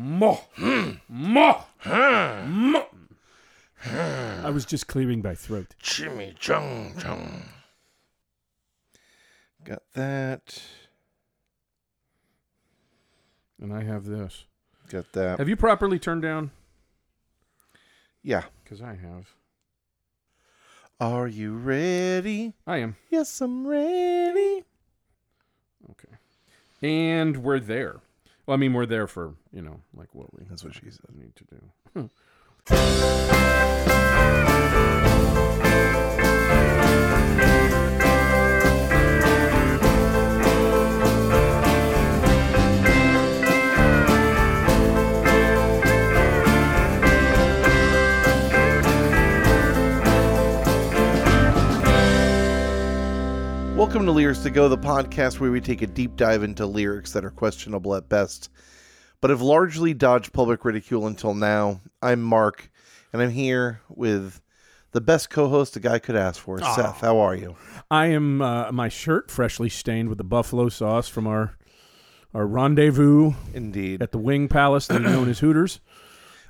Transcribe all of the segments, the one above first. More. More. More. I was just clearing my throat. Jimmy Chung Chung. Got that. And I have this. Got that. Have you properly turned down? yeah. Because I have. Are you ready? I am. Yes, I'm ready. Okay. And we're there. Well, I mean, we're there for, you know, like what we That's what she said. need to do. Welcome to Lyrics to Go, the podcast where we take a deep dive into lyrics that are questionable at best, but have largely dodged public ridicule until now. I'm Mark, and I'm here with the best co-host a guy could ask for, Seth. How are you? I am uh, my shirt freshly stained with the buffalo sauce from our our rendezvous Indeed. at the Wing Palace, that is known as Hooters.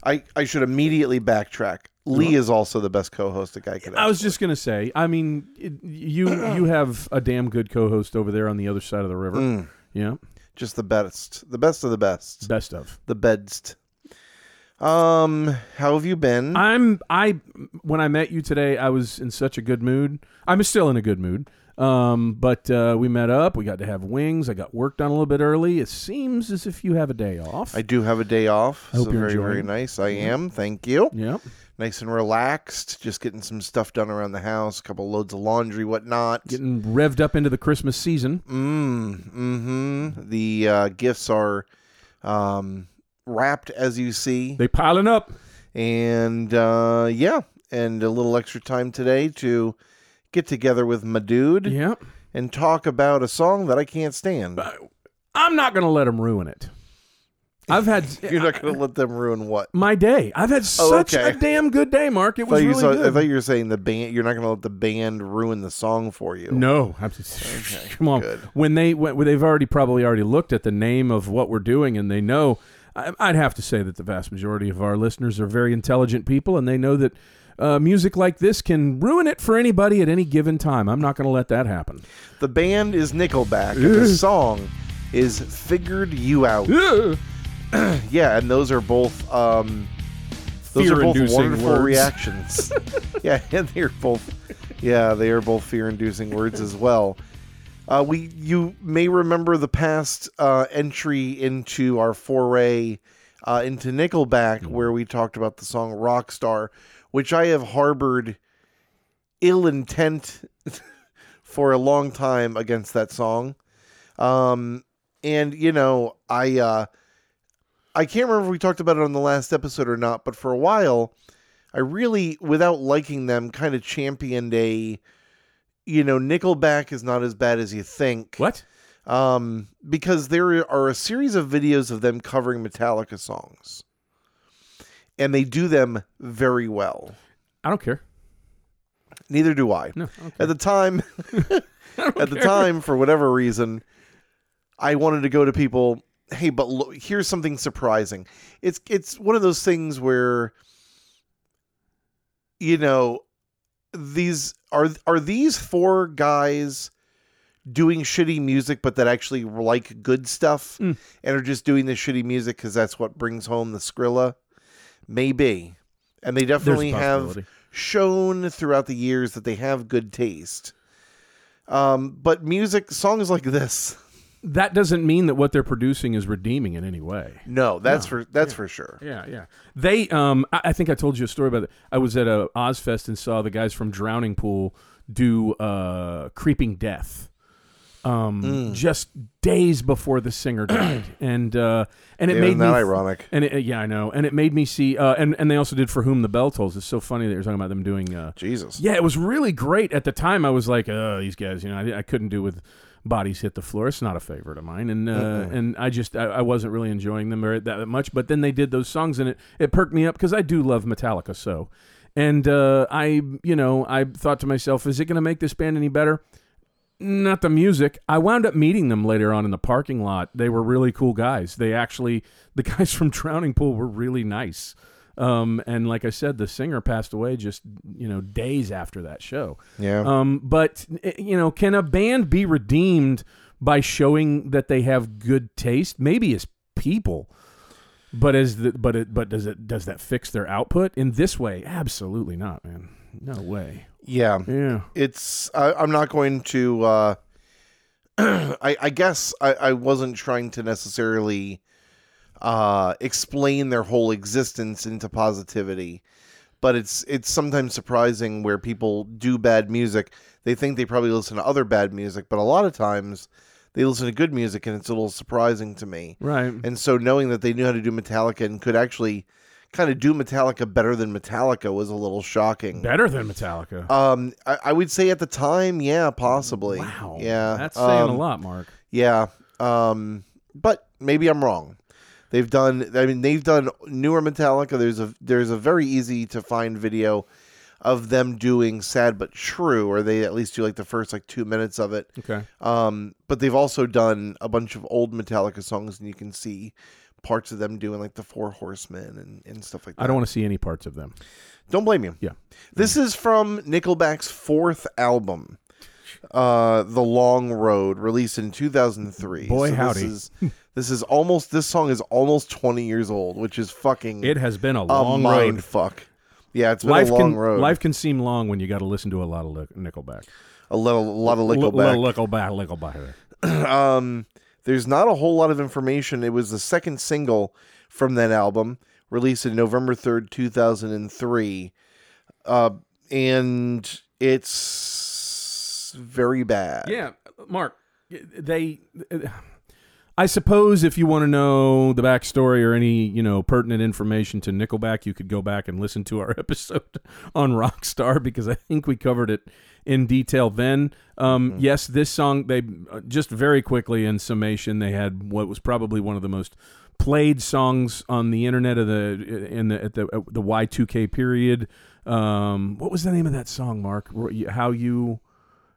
I, I should immediately backtrack. Lee is also the best co-host a guy could ask. I was just gonna say. I mean, it, you you have a damn good co-host over there on the other side of the river. Mm. Yeah, Just the best, the best of the best, best of. the bedst. Um, how have you been? I'm I when I met you today, I was in such a good mood. I'm still in a good mood. Um, but uh, we met up. We got to have wings. I got work done a little bit early. It seems as if you have a day off. I do have a day off. hope so you're very, very enjoying. nice. I am. Thank you. yep. Nice and relaxed. Just getting some stuff done around the house, a couple loads of laundry, whatnot. Getting revved up into the Christmas season. mm, mm-hmm. The uh, gifts are um, wrapped as you see. They piling up. And uh, yeah, and a little extra time today to get together with my dude Yep. and talk about a song that I can't stand. I'm not gonna let them ruin it. I've had You're not going to let them ruin what? my day. I've had Oh, such okay. a damn good day, Mark. It I thought, was you really saw- I good. thought you were saying the band. You're not going to let the band ruin the song for you. No, I'm come on. good. When they when, they've already probably already looked at the name of what we're doing, and they know. I, I'd have to say that the vast majority of our listeners are very intelligent people, and they know that uh, music like this can ruin it for anybody at any given time. I'm not going to let that happen. The band is Nickelback. and the song is "Figured You Out." yeah, and those are both um, those are both Fear-inducing wonderful words. reactions. yeah, and they're both yeah they are both fear-inducing words as well. Uh, we you may remember the past uh, entry into our foray uh, into Nickelback, Mm-hmm. where we talked about the song "Rockstar," which I have harbored ill intent for a long time against that song. Um, and you know, I uh, I can't remember if we talked about it on the last episode or not, but for a while, I really, without liking them, kind of championed a, you know, Nickelback is not as bad as you think. What? Um, because there are a series of videos of them covering Metallica songs, and they do them very well. I don't care. Neither do I. No, I don't care. At the time, at the time, for whatever reason, I wanted to go to people. Hey, but look, here's something surprising. It's it's one of those things where, you know, these are are these four guys doing shitty music, but that actually like good stuff, Mm. and are just doing the shitty music because that's what brings home the Skrilla. Maybe, and they definitely have possibility. shown throughout the years that they have good taste. Um, but music songs like this, That doesn't mean that what they're producing is redeeming in any way. no, that's for that's for sure. Yeah, yeah. They, um, I, I think I told you a story about it. I was at a Ozfest and saw the guys from Drowning Pool do uh, "Creeping Death," um, just days before the singer died, and uh, and it Isn't made that me ironic? And it, yeah, I know. And it made me see. Uh, and and they also did "For Whom the Bell Tolls." It's so funny that you're talking about them doing. Uh, Jesus, yeah, it was really great at the time. I was like, oh, these guys, you know, I, I couldn't do with bodies hit the floor. It's not a favorite of mine, and uh, and I just I, I wasn't really enjoying them very, that much. But then they did those songs, and it it perked me up because I do love Metallica so. And uh, I, you know, I thought to myself, is it going to make this band any better? not the music. I wound up meeting them later on in the parking lot. They were really cool guys. They actually, the guys from Drowning Pool were really nice. Um, and like I said, the singer passed away just you know days after that show. Yeah. Um, but eh, you know, can a band be redeemed by showing that they have good taste? Maybe as people, but as the, but it but does it does that fix their output in this way? Absolutely not, man. No way. yeah. Yeah. it's I, I'm not going to. Uh, I, I guess I, I wasn't trying to necessarily uh, explain their whole existence into positivity, but it's it's sometimes surprising where people do bad music. They think they probably listen to other bad music, but a lot of times they listen to good music, and it's a little surprising to me. Right. And so knowing that they knew how to do Metallica and could actually kind of do Metallica better than Metallica was a little shocking. Better than Metallica. Um, I, I would say at the time, yeah, possibly. wow. Yeah. That's saying a um, lot, Mark. Yeah. Um, but maybe I'm wrong. They've done. I mean, they've done newer Metallica. There's a there's a very easy to find video of them doing "Sad but True," or they at least do like the first like two minutes of it. Okay. Um, but they've also done a bunch of old Metallica songs, and you can see parts of them doing like the Four Horsemen and, and stuff like that. I don't want to see any parts of them. Don't blame you. Yeah. This is from Nickelback's fourth album, uh, The Long Road, released in 2003. Boy, This howdy. is, this is almost, this song is almost 20 years old, which is fucking It has been a a long mind road. fuck. Yeah, it's been Life a long can road. life can seem long when you got to listen to a lot of lick- Nickelback. a, little, a lot of L- Nickelback. little Nickelback, Nickelback. um, there's not a whole lot of information. It was the second single from that album, released in November 3rd, 2003. Uh, and it's very bad. Yeah, uh, Mark. They, uh, I suppose, if you want to know the backstory or any you know pertinent information to Nickelback, you could go back and listen to our episode on Rockstar because I think we covered it in detail then. Um, Yes, this song they uh, just very quickly in summation they had what was probably one of the most played songs on the internet of the uh, in the at the at the Y two K period. Um, what was the name of that song, Mark? How you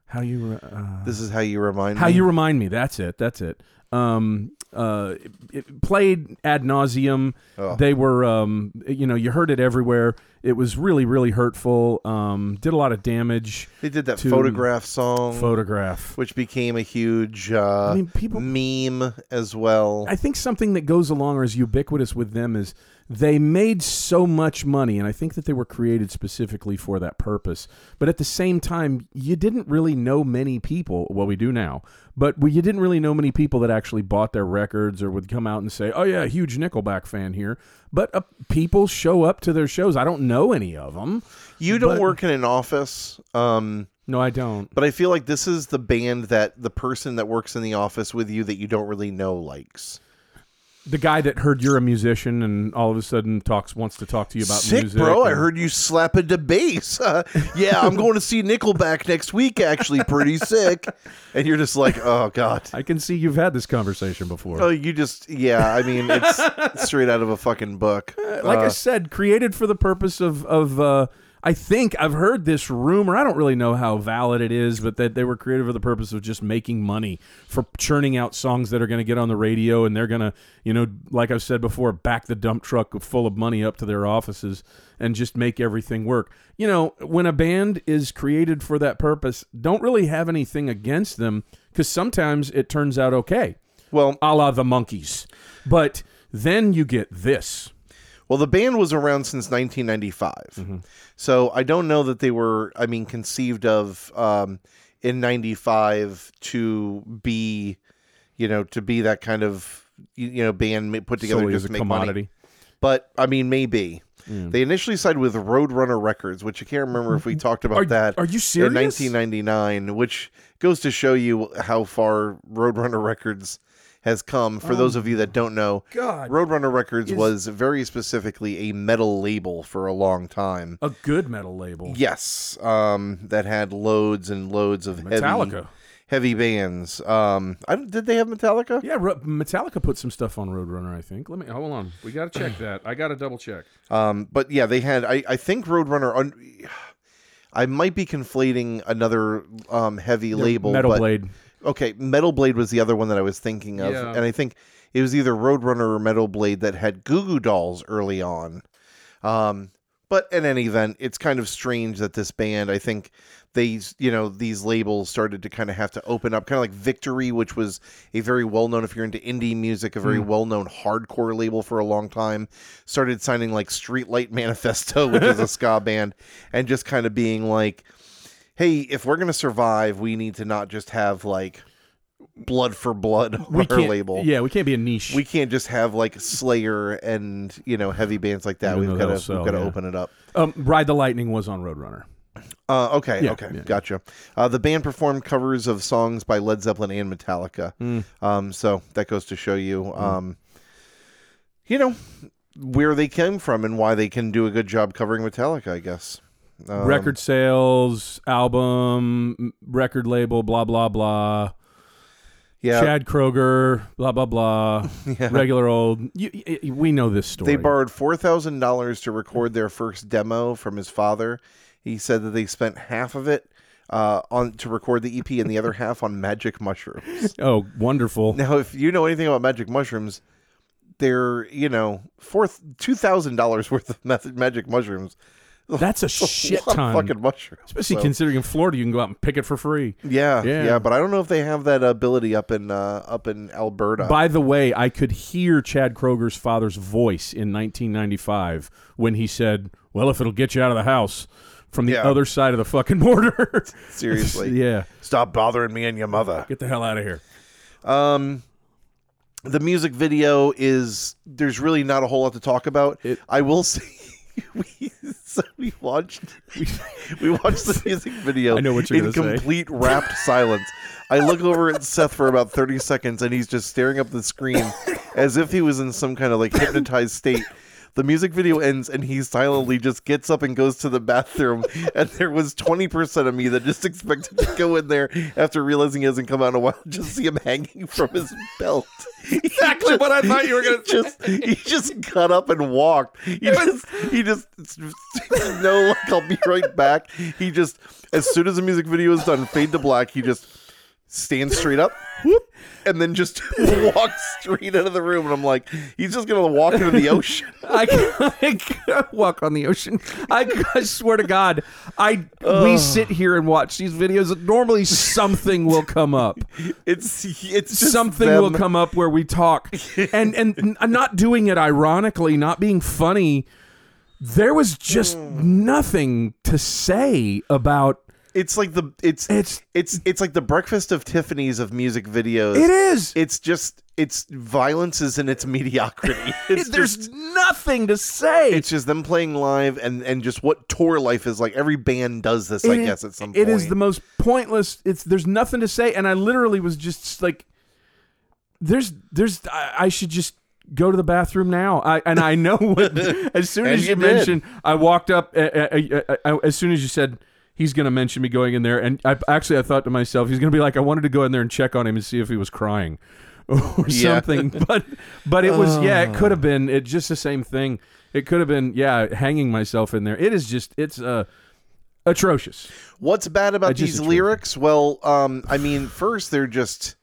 how you uh, This is how you remind how me. you remind me that's it that's it um uh it, it played ad nauseum Oh. they were um you know you heard it everywhere it was really really hurtful um did a lot of damage they did that to- photograph song, photograph which became a huge Um, uh, I mean, people- meme as well. I think something that goes along or is ubiquitous with them is they made so much money, and I think that they were created specifically for that purpose. But at the same time, you didn't really know many people. Well, we do now, but we, you didn't really know many people that actually bought their records or would come out and say, "Oh yeah, huge Nickelback fan here." But uh, people show up to their shows. I don't know any of them. you don't but- work in an office, um, No, I don't. but I feel like this is the band that the person that works in the office with you that you don't really know likes. The guy that heard you're a musician and all of a sudden talks wants to talk to you about Sick, music. bro! I and- heard you slapping the bass. yeah, I'm going to see Nickelback next week. Actually, pretty sick. And you're just like, oh god. I can see you've had this conversation before. Oh, you just yeah. I mean, it's straight out of a fucking book. like Uh, I said, created for the purpose of of. Uh, I think I've heard this rumor. I don't really know how valid it is, but that they were created for the purpose of just making money for churning out songs that are going to get on the radio, and they're going to, you know, like I've said before, back the dump truck full of money up to their offices and just make everything work. You know, when a band is created for that purpose, don't really have anything against them because sometimes it turns out okay, well, a la the monkeys. But then you get this. Well, the band was around since 1995, Mm-hmm. so I don't know that they were. I mean, conceived of um, in '95 to be, you know, to be that kind of you, you know band ma- put together solely just as to a make commodity. money. But I mean, maybe Hmm. they initially signed with Roadrunner Records, which I can't remember if we talked about Mm-hmm. Are- that. are you In serious? 1999, which goes to show you how far Roadrunner Records has come. For those of you that don't know, Oh God. Roadrunner Records was very specifically a metal label for a long time. A good metal label. Yes, um, that had loads and loads of heavy- Metallica. heavy, bands. Um, I, don't- did they have Metallica? Yeah, Ro- Metallica put some stuff on Roadrunner, I think. Let me hold on. We got to check that. I got to double check. Um, but yeah, they had. I, I think Roadrunner. Un- I might be conflating another um, heavy label. Metal but- Blade. Okay, Metal Blade was the other one that I was thinking of, Yeah. and I think it was either Roadrunner or Metal Blade that had Goo Goo Dolls early on. Um, but in any event, it's kind of strange that this band, I think they, you know, these labels started to kind of have to open up, kind of like Victory, which was a very well known, if you're into indie music, a Hmm. very well known hardcore label for a long time, started signing like Streetlight Manifesto, which is a ska band, and just kind of being like, hey, if we're going to survive, we need to not just have like blood for blood on We our can't- label. Yeah, we can't be a niche. We can't just have like Slayer and you know heavy bands like that. Even though We've got to that'll sell, we've got to yeah. open it up. um, Ride the Lightning was on Roadrunner. Uh, okay, Yeah, okay, yeah. gotcha. Uh, the band performed covers of songs by Led Zeppelin and Metallica. Mm. Um, so that goes to show you, um, you know, where they came from and why they can do a good job covering Metallica. I guess. Um, record sales, album, m- record label, blah blah blah. Yeah, Chad Kroger, blah blah blah. Regular old. You, y- y- we know this story. They borrowed four thousand dollars to Mm. record their first demo from his father. He said that they spent half of it uh, on to record the EP and the other half on magic mushrooms. oh, wonderful. Now, if you know anything about magic mushrooms, they're you know fourth two thousand dollars worth of meth- magic mushrooms. That's a shit Lot of ton. fucking mushrooms. Especially so- considering in Florida you can go out and pick it for free. yeah, Yeah. yeah, But I don't know if they have that ability up in uh, up in Alberta. By the way, I could hear Chad Kroger's father's voice in 1995 when he said, "Well, if it'll get you out of the house." From the Yeah. other side of the fucking border. Seriously. yeah. Stop bothering me and your mother. Get the hell out of here. Um, the music video is there's really not a whole lot to talk about. It- I will say we so we watched we, watched the music video. I know what you're in gonna say. complete rapt silence. I look over at Seth for about thirty seconds, and he's just staring up the screen as if he was in some kind of like hypnotized state. The music video ends, and he silently just gets up and goes to the bathroom. And there was twenty percent of me that just expected to go in there after realizing he hasn't come out in a while, just see him hanging from his belt. Exactly what I thought you were gonna just he just got up and walked. He just he just no like I'll be right back. He just as soon as the music video is done, fade to black, he just stands straight up. whoop, And then just walks straight out of the room, and I'm like, he's just gonna walk into the ocean. I, can't walk on the ocean. I, I swear to God, I we sit here and watch these videos. Normally, something will come up. It's it's just Something them. will come up where we talk, and and I'm not doing it ironically, not being funny. There was just Hmm. nothing to say about It's like the it's It's- it's it's it's like the breakfast of Tiffany's of music videos. it. Is It's just it's violence is in its mediocrity. It's there's just, nothing to say. it's just them playing live and and just what tour life is like. Every band does this, I It- guess, at some It point. is the most pointless. It's there's nothing to say, and I literally was just like, "There's, there's, I, I should just go to the bathroom now." I and I know when, as soon And as you, you did. mentioned, I walked up. uh, uh, uh, uh, as soon as you said. He's gonna mention me going in there, and I actually I thought to myself, he's gonna be like, I wanted to go in there and check on him and see if he was crying or Yeah. Ah. something. But but it was yeah, it could have been it just the same thing. It could have been yeah, hanging myself in there. It is just it's uh atrocious. What's bad about just these enjoy it. lyrics? Well, um, I mean, first they're just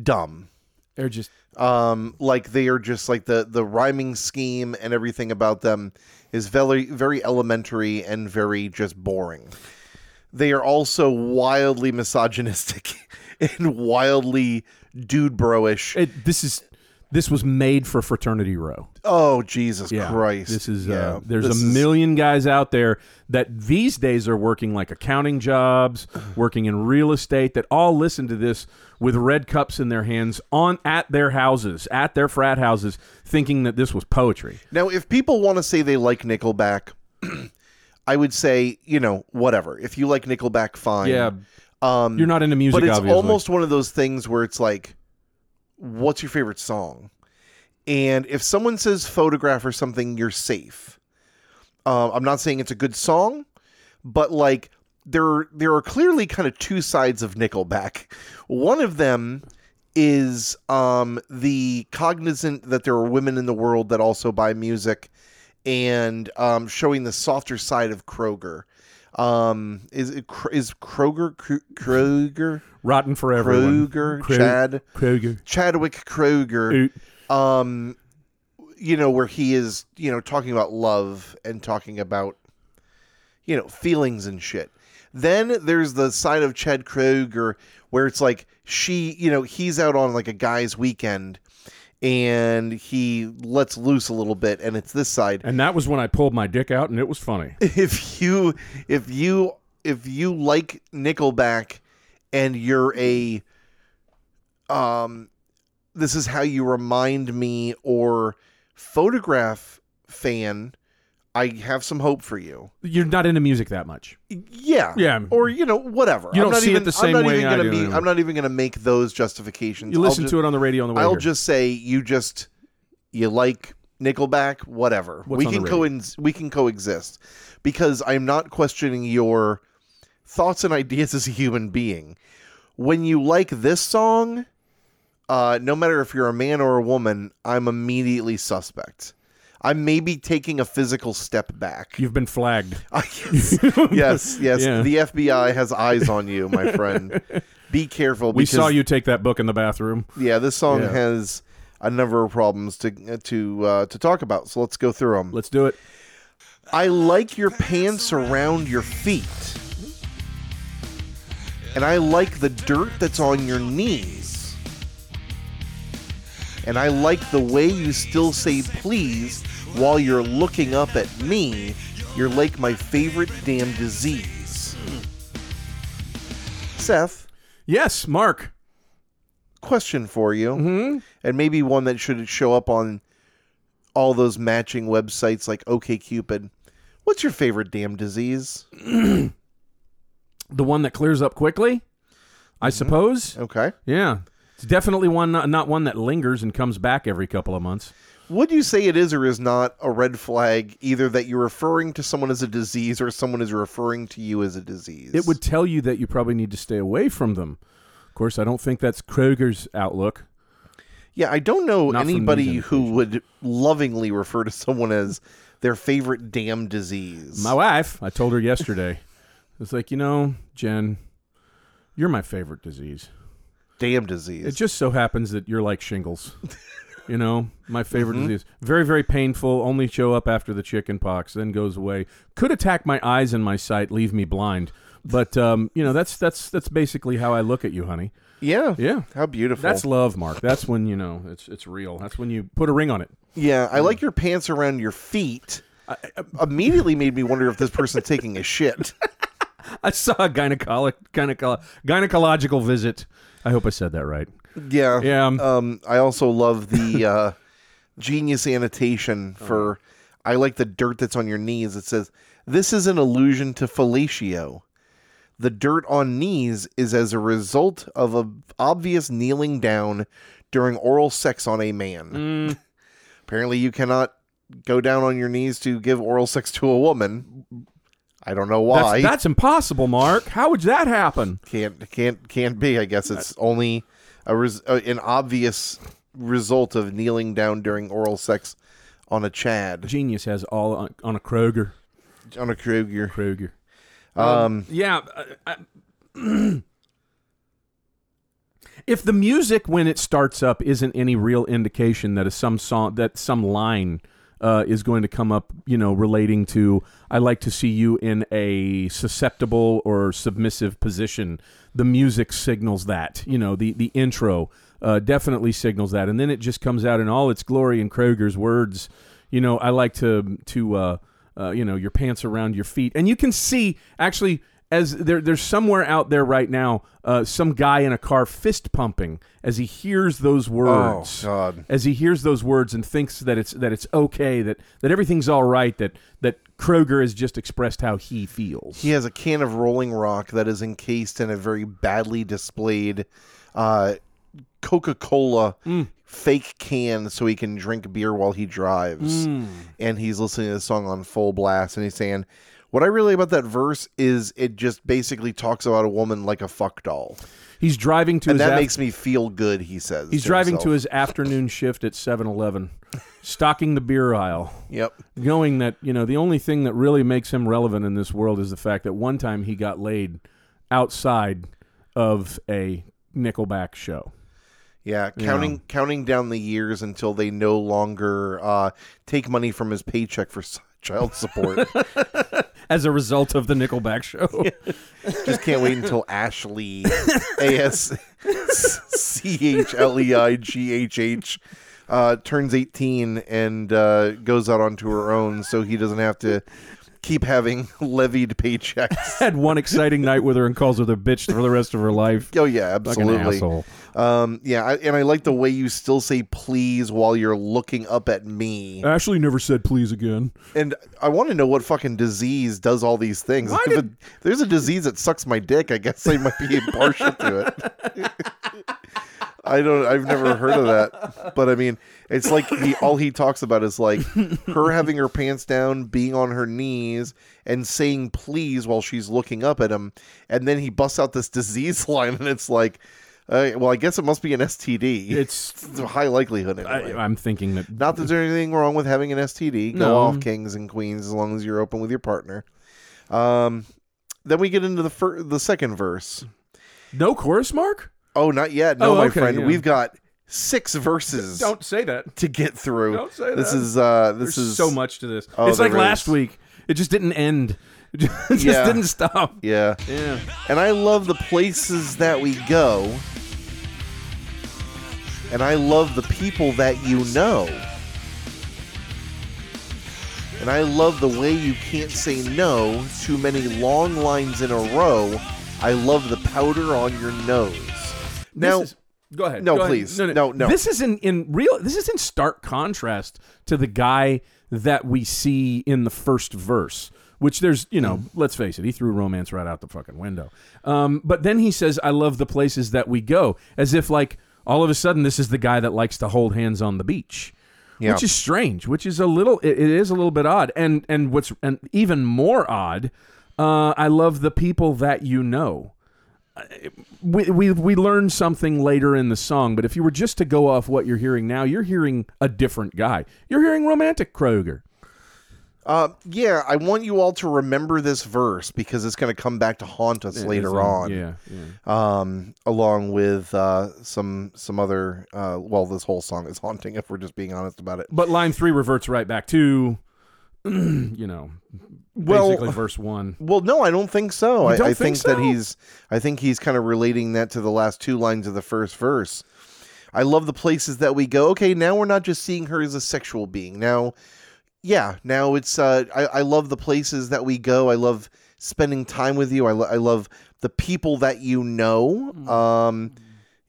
dumb. They're just Um, like they are just like the the rhyming scheme and everything about them is very very elementary and very just boring. They are also wildly misogynistic and wildly dude broish. it, this is this was made for fraternity row. Oh Jesus Yeah, Christ! This is Yeah. uh, there's This a is- million guys out there that these days are working like accounting jobs, working in real estate that all listen to this with red cups in their hands on at their houses, at their frat houses, thinking that this was poetry. Now, if people want to say they like Nickelback, I would say you know whatever. If you like Nickelback, fine. Yeah. Um, You're not into music but it's obviously. almost one of those things where it's like, what's your favorite song? And if someone says photograph or something, you're safe. Um, I'm not saying it's a good song, but like there there are clearly kind of two sides of Nickelback. One of them is um, the cognizant that there are women in the world that also buy music, and um, showing the softer side of Kroger. Um, is it Kr- is Kroger Kr- Kroger Rotten for everyone. Kroger Kro- Chad Kroger. Chadwick Kroger? Um, you know where he is, you know, talking about love and talking about, you know, feelings and shit. Then there's the side of Chad Kroger where it's like she, you know, he's out on like a guy's weekend, and he lets loose a little bit, and it's this side. And that was when I pulled my dick out, and it was funny. if you if you if you like Nickelback and you're a um this is how you remind me or photograph fan, I have some hope for you. You're not into music that much. Yeah. Yeah. Or you know, whatever. You I'm don't not see it even the same I'm not way even I gonna do be, anymore. I'm not even gonna make those justifications. You listen I'll to ju- it on the radio on the way I'll here. just say you just you like Nickelback, whatever. What's we on the can radio? coins we can coexist because I'm not questioning your thoughts and ideas as a human being. When you like this song, uh, no matter if you're a man or a woman, I'm immediately suspect. I may be taking a physical step back. You've been flagged. yes, yes, yes. Yeah. The FBI has eyes on you, my friend. Be careful. We saw because you take that book in the bathroom. yeah, this song Yeah. has a number of problems to to uh, to talk about. So let's go through them. Let's do it. I like your pants around your feet, and I like the dirt that's on your knees, and I like the way you still say please while you're looking up at me. You're like my favorite damn disease. Seth, Yes, Mark. question for you, Mm-hmm. and maybe one that should show up on all those matching websites like OKCupid. What's your favorite damn disease? The one that clears up quickly, I suppose. Okay. Yeah. It's definitely one not, not one that lingers and comes back every couple of months. Would you say it is or is not a red flag either that you're referring to someone as a disease or someone is referring to you as a disease? It would tell you that you probably need to stay away from them. Of course, I don't think that's Kroger's outlook. Yeah, I don't know Not from these anybody who would lovingly refer to someone as their favorite damn disease. My wife, I told her yesterday, it's like, you know, Jen, you're my favorite disease. damn disease. It just so happens that you're like shingles. you know, my favorite disease. Very, very painful. Only show up after the chicken pox, then goes away. Could attack my eyes and my sight, leave me blind. But um, you know, that's that's that's basically how I look at you, honey. yeah. Yeah. How beautiful. That's love, Mark. That's when you know it's it's real. That's when you put a ring on it. Yeah, I like your pants around your feet. Immediately made me wonder if this person's taking a shit. I saw a gynecolo- gynecolo- gynecological visit. I hope I said that right. Yeah. Yeah. Um, I also love the uh, genius annotation for I like the dirt that's on your knees. It says, This is an allusion to fellatio. The dirt on knees is as a result of a obvious kneeling down during oral sex on a man. Apparently, you cannot go down on your knees to give oral sex to a woman. I don't know That's, why. that's impossible, Mark. How would that happen? can't can't can't be. I guess it's only a res- uh, an obvious result of kneeling down during oral sex on a Chad Genius has all on, on a Kroger. on a Kruger. Kroger. Um, Yeah. I, I- if the music when it starts up isn't any real indication that is some song that some line uh, is going to come up, you know, relating to I like to see you in a susceptible or submissive position. The music signals that, you know, the the intro uh, definitely signals that, and then it just comes out in all its glory in Kroger's words. You know, I like to to uh, uh, you know your pants around your feet, and you can see actually as there, there's somewhere out there right now, uh, some guy in a car fist pumping as he hears those words. Oh, God. As he hears those words and thinks that it's that it's okay, that that everything's all right, that that Kroger has just expressed how he feels. he has a can of Rolling Rock that is encased in a very badly displayed uh, Coca Cola fake can, so he can drink beer while he drives. And he's listening to the song on full blast, and he's saying. What I really about that verse is it just basically talks about a woman like a fuck doll. He's driving to and his that af- makes me feel good. He says he's driving to himself. his afternoon shift at 7-Eleven, stocking the beer aisle, Yep. knowing that you know the only thing that really makes him relevant in this world is the fact that one time he got laid outside of a Nickelback show. Yeah, counting counting down the years until they no longer uh, take money from his paycheck for s- child support. As a result of the Nickelback show, Just can't wait until Ashley A S C H L E I G H H uh, turns eighteen and uh, goes out onto her own, so he doesn't have to keep having levied paychecks. had one exciting night with her and calls her the bitch for the rest of her life. Oh yeah, Fucking absolutely. asshole. Um, yeah, I, and I like the way you still say please while you're looking up at me. Uh. Ashley never said please again. And I want to know what fucking disease does all these things. If it- there's a disease that sucks my dick, I guess I might be impartial to it. I don't. I've never heard of that, but I mean, it's like he, all he talks about is like her having her pants down, being on her knees, and saying "please" while she's looking up at him, and then he busts out this disease line, and it's like, uh, well, I guess it must be an STD. It's It's a high likelihood. I, Anyway. I'm thinking that Not that there's anything wrong with having an STD. Go No. off, kings and queens, as long as you're open with your partner. Um, then we get into the fir- the second verse. no chorus mark. Oh, not yet. No, Oh, my okay, friend, yeah. we've got six verses say that. to get through. Don't say This that. is uh, this There's is so much to this. Oh, it's like there is. last week. It just didn't end. It just Yeah. didn't stop. Yeah, Yeah. and I love the places that we go, and I love the people that you know, and I love the way you can't say no to many long lines in a row. I love the powder on your nose. Now, This is- go ahead. No, Go ahead. please. No, no. This is in, in real this is in stark contrast to the guy that we see in the first verse. Which there's, you know, Mm-hmm. let's face it, he threw romance right out the fucking window. Um, but then he says, I love the places that we go, as if, like, all of a sudden, this is the guy that likes to hold hands on the beach. Yeah. Which is strange, which is a little, it, it is a little bit odd. And, and what's and even more odd, uh, I love the people that you know we, we we learn something later in the song, but if you were just to go off what you're hearing now, you're hearing a different guy. You're hearing romantic Kroger. uh, yeah, I want you all to remember this verse because it's going to come back to haunt us later on. Yeah, yeah. um, along with uh, some some other. Uh, well, this whole song is haunting if we're just being honest about it. But line three reverts right back to, you know, Well- basically verse one. Well, no, I don't think so. I, don't I think think, so? that he's. I think he's kind of relating that to the last two lines of the first verse. I love the places that we go. Okay, now we're not just seeing her as a sexual being. Now, yeah, now it's. Uh, I, I love the places that we go. I love spending time with you. I, lo- I love the people that you know. Mm. Um,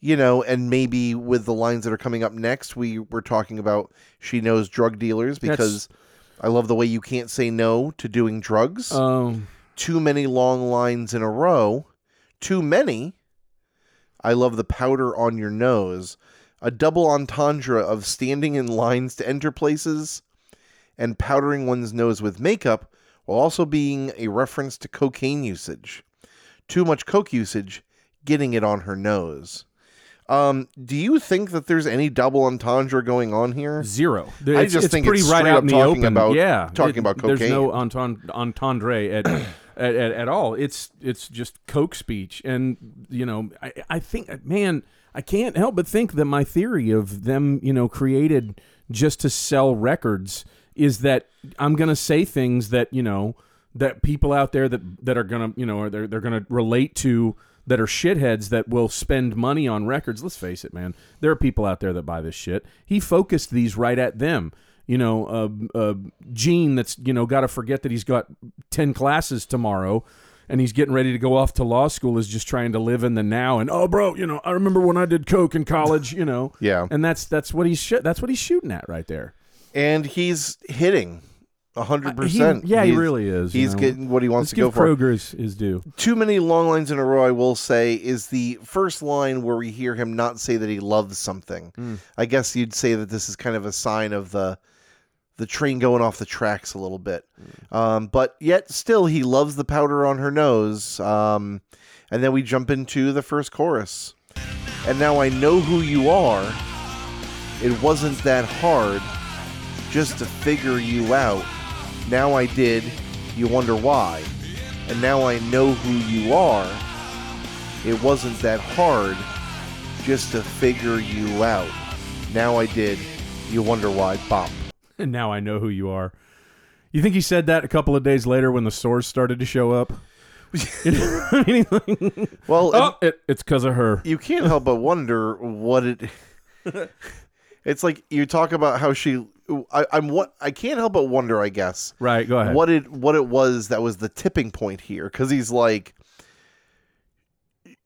you know, and maybe with the lines that are coming up next, we were talking about she knows drug dealers because. I love the way you can't say no to doing drugs Um, too many long lines in a row, too many. I love the powder on your nose, a double entendre of standing in lines to enter places and powdering one's nose with makeup while also being a reference to cocaine usage. Too much coke usage, getting it on her nose. Um, do you think that there's any double entendre going on here? zero. I just think it's straight up talking about- yeah, talking about There's cocaine. no entend- entendre at, at, at at all. It's it's just coke speech, and you know, I I think man, I can't help but think that my theory of them, you know, created just to sell records is that I'm gonna say things that you know that people out there that that are gonna you know are they're they're gonna relate to. That are shitheads that will spend money on records. Let's face it, man. There are people out there that buy this shit. He focused these right at them you know, a, a Gene that's you know got to forget that he's got ten classes tomorrow, and he's getting ready to go off to law school is just trying to live in the now. And oh, bro, you know, I remember when I did coke in college, you know, Yeah. and that's that's what he's sh- that's what he's shooting at right there. And he's hitting hundred percent. yeah, Uh, he really is, you He's know. getting what he wants Let's to go give for. Kroger his, his due. too many long lines in a row, I will say, is the first line where we hear him not say that he loves something. I guess you'd say that this is kind of a sign of the the train going off the tracks a little bit. Um, but yet still he loves the powder on her nose. Um, and then we jump into the first chorus. And now I know who you are. It wasn't that hard just to figure you out. Now I did. You wonder why. And now I know who you are. It wasn't that hard just to figure you out. Now I did. You wonder why. Bop. And now I know who you are. You think he said that a couple of days later when the sores started to show up? You know what I mean? Like, Well, oh, it, it's because of her. you can't help but wonder what it. it's like you talk about how she. I, I'm what I can't help but wonder. I guess Right, go ahead. what it what it was that was the tipping point here because he's like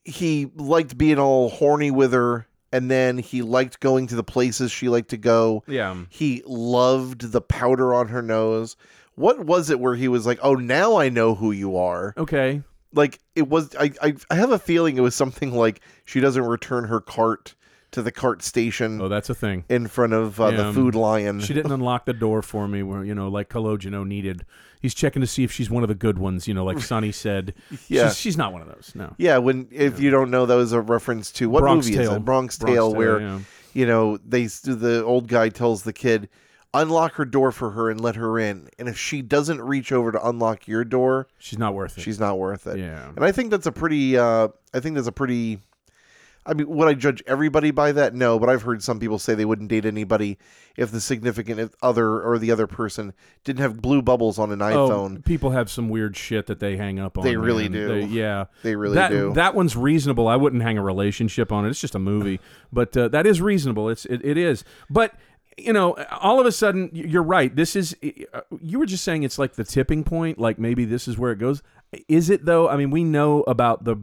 he liked being all horny with her and then he liked going to the places she liked to go Yeah. um, he loved the powder on her nose what was it where he was like oh now i know who you are Okay. like it was I, I i have a feeling it was something like she doesn't return her cart to the cart station Oh, that's a thing. in front of uh, Yeah. the food lion She didn't unlock the door for me, where you know, like Cologeno needed. He's checking to see if she's one of the good ones, you know, like Sonny said. Yeah. she's, she's not one of those. No, yeah when if you don't know that was a reference to what Bronx movie is Tale. it Bronx bronx tale Tale, where yeah. you know they s- the old guy tells the kid unlock her door for her and let her in and if she doesn't reach over to unlock your door she's not worth it. she's not worth it yeah, And I think that's a pretty. Uh, I think that's a pretty. I mean, would I judge everybody by that? No, but I've heard some people say they wouldn't date anybody if the significant other or the other person didn't have blue bubbles on an Oh, iPhone. people have some weird shit that they hang up on. They really man. do. They- yeah, They really that, do. That one's reasonable. I wouldn't hang a relationship on it. It's just a movie, but uh, that is reasonable. It's it, it is. But you know, all of a sudden, y- you're right. This is. uh, You were just saying it's like the tipping point. Like maybe this is where it goes. Is it though? I mean, we know about the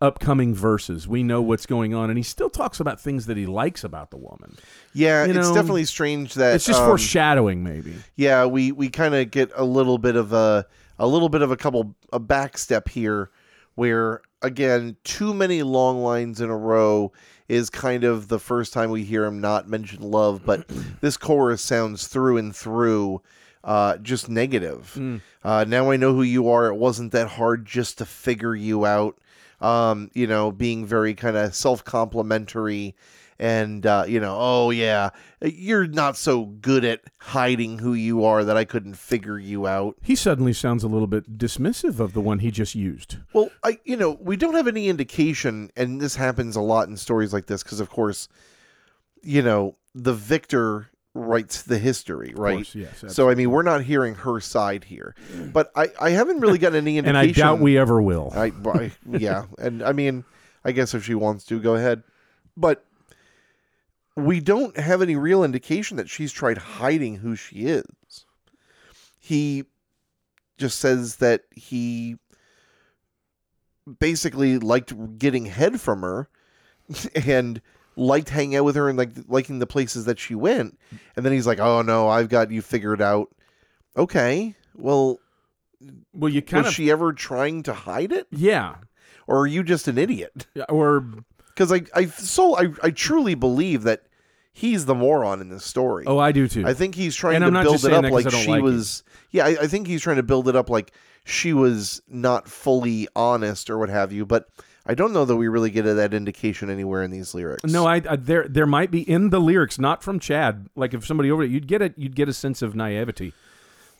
upcoming verses. We know what's going on, and he still talks about things that he likes about the woman. yeah, you it's know, definitely strange that It's just um, foreshadowing, maybe. yeah, we we kind of get a little bit of a a little bit of a couple a back step here, where again too many long lines in a row is kind of the first time we hear him not mention love, but this chorus sounds through and through uh, just negative. Uh, now I know who you are. It wasn't that hard just to figure you out. Um, you know, being very kind of self complimentary and uh, you know, oh yeah, you're not so good at hiding who you are that I couldn't figure you out. He suddenly sounds a little bit dismissive of the one he just used. Well, I you know, we don't have any indication and this happens a lot in stories like this because of course, you know, the victor writes the history, right? course, yes, so I mean, we're not hearing her side here. But I I haven't really gotten any and indication I doubt we ever will. I, I yeah, and I mean, I guess if she wants to, go ahead. But we don't have any real indication that she's tried hiding who she is. He just says that he basically liked getting head from her and liked hanging out with her and like liking the places that she went. And then he's like, "Oh no, I've got you figured out." Okay. Well, well, you kind was of she ever trying to hide it? yeah, or are you just an idiot? or Because I, I so I, I truly believe that he's the moron in this story. oh, I do too. I think he's trying And I'm to not build just it saying up that 'cause I like don't she like him. was. Yeah, I, I think he's trying to build it up like she was not fully honest or what have you. But I don't know that we really get that indication anywhere in these lyrics. no, I, I there there might be in the lyrics, not from Chad. Like if somebody over it, you'd get it, you'd get a sense of naivety.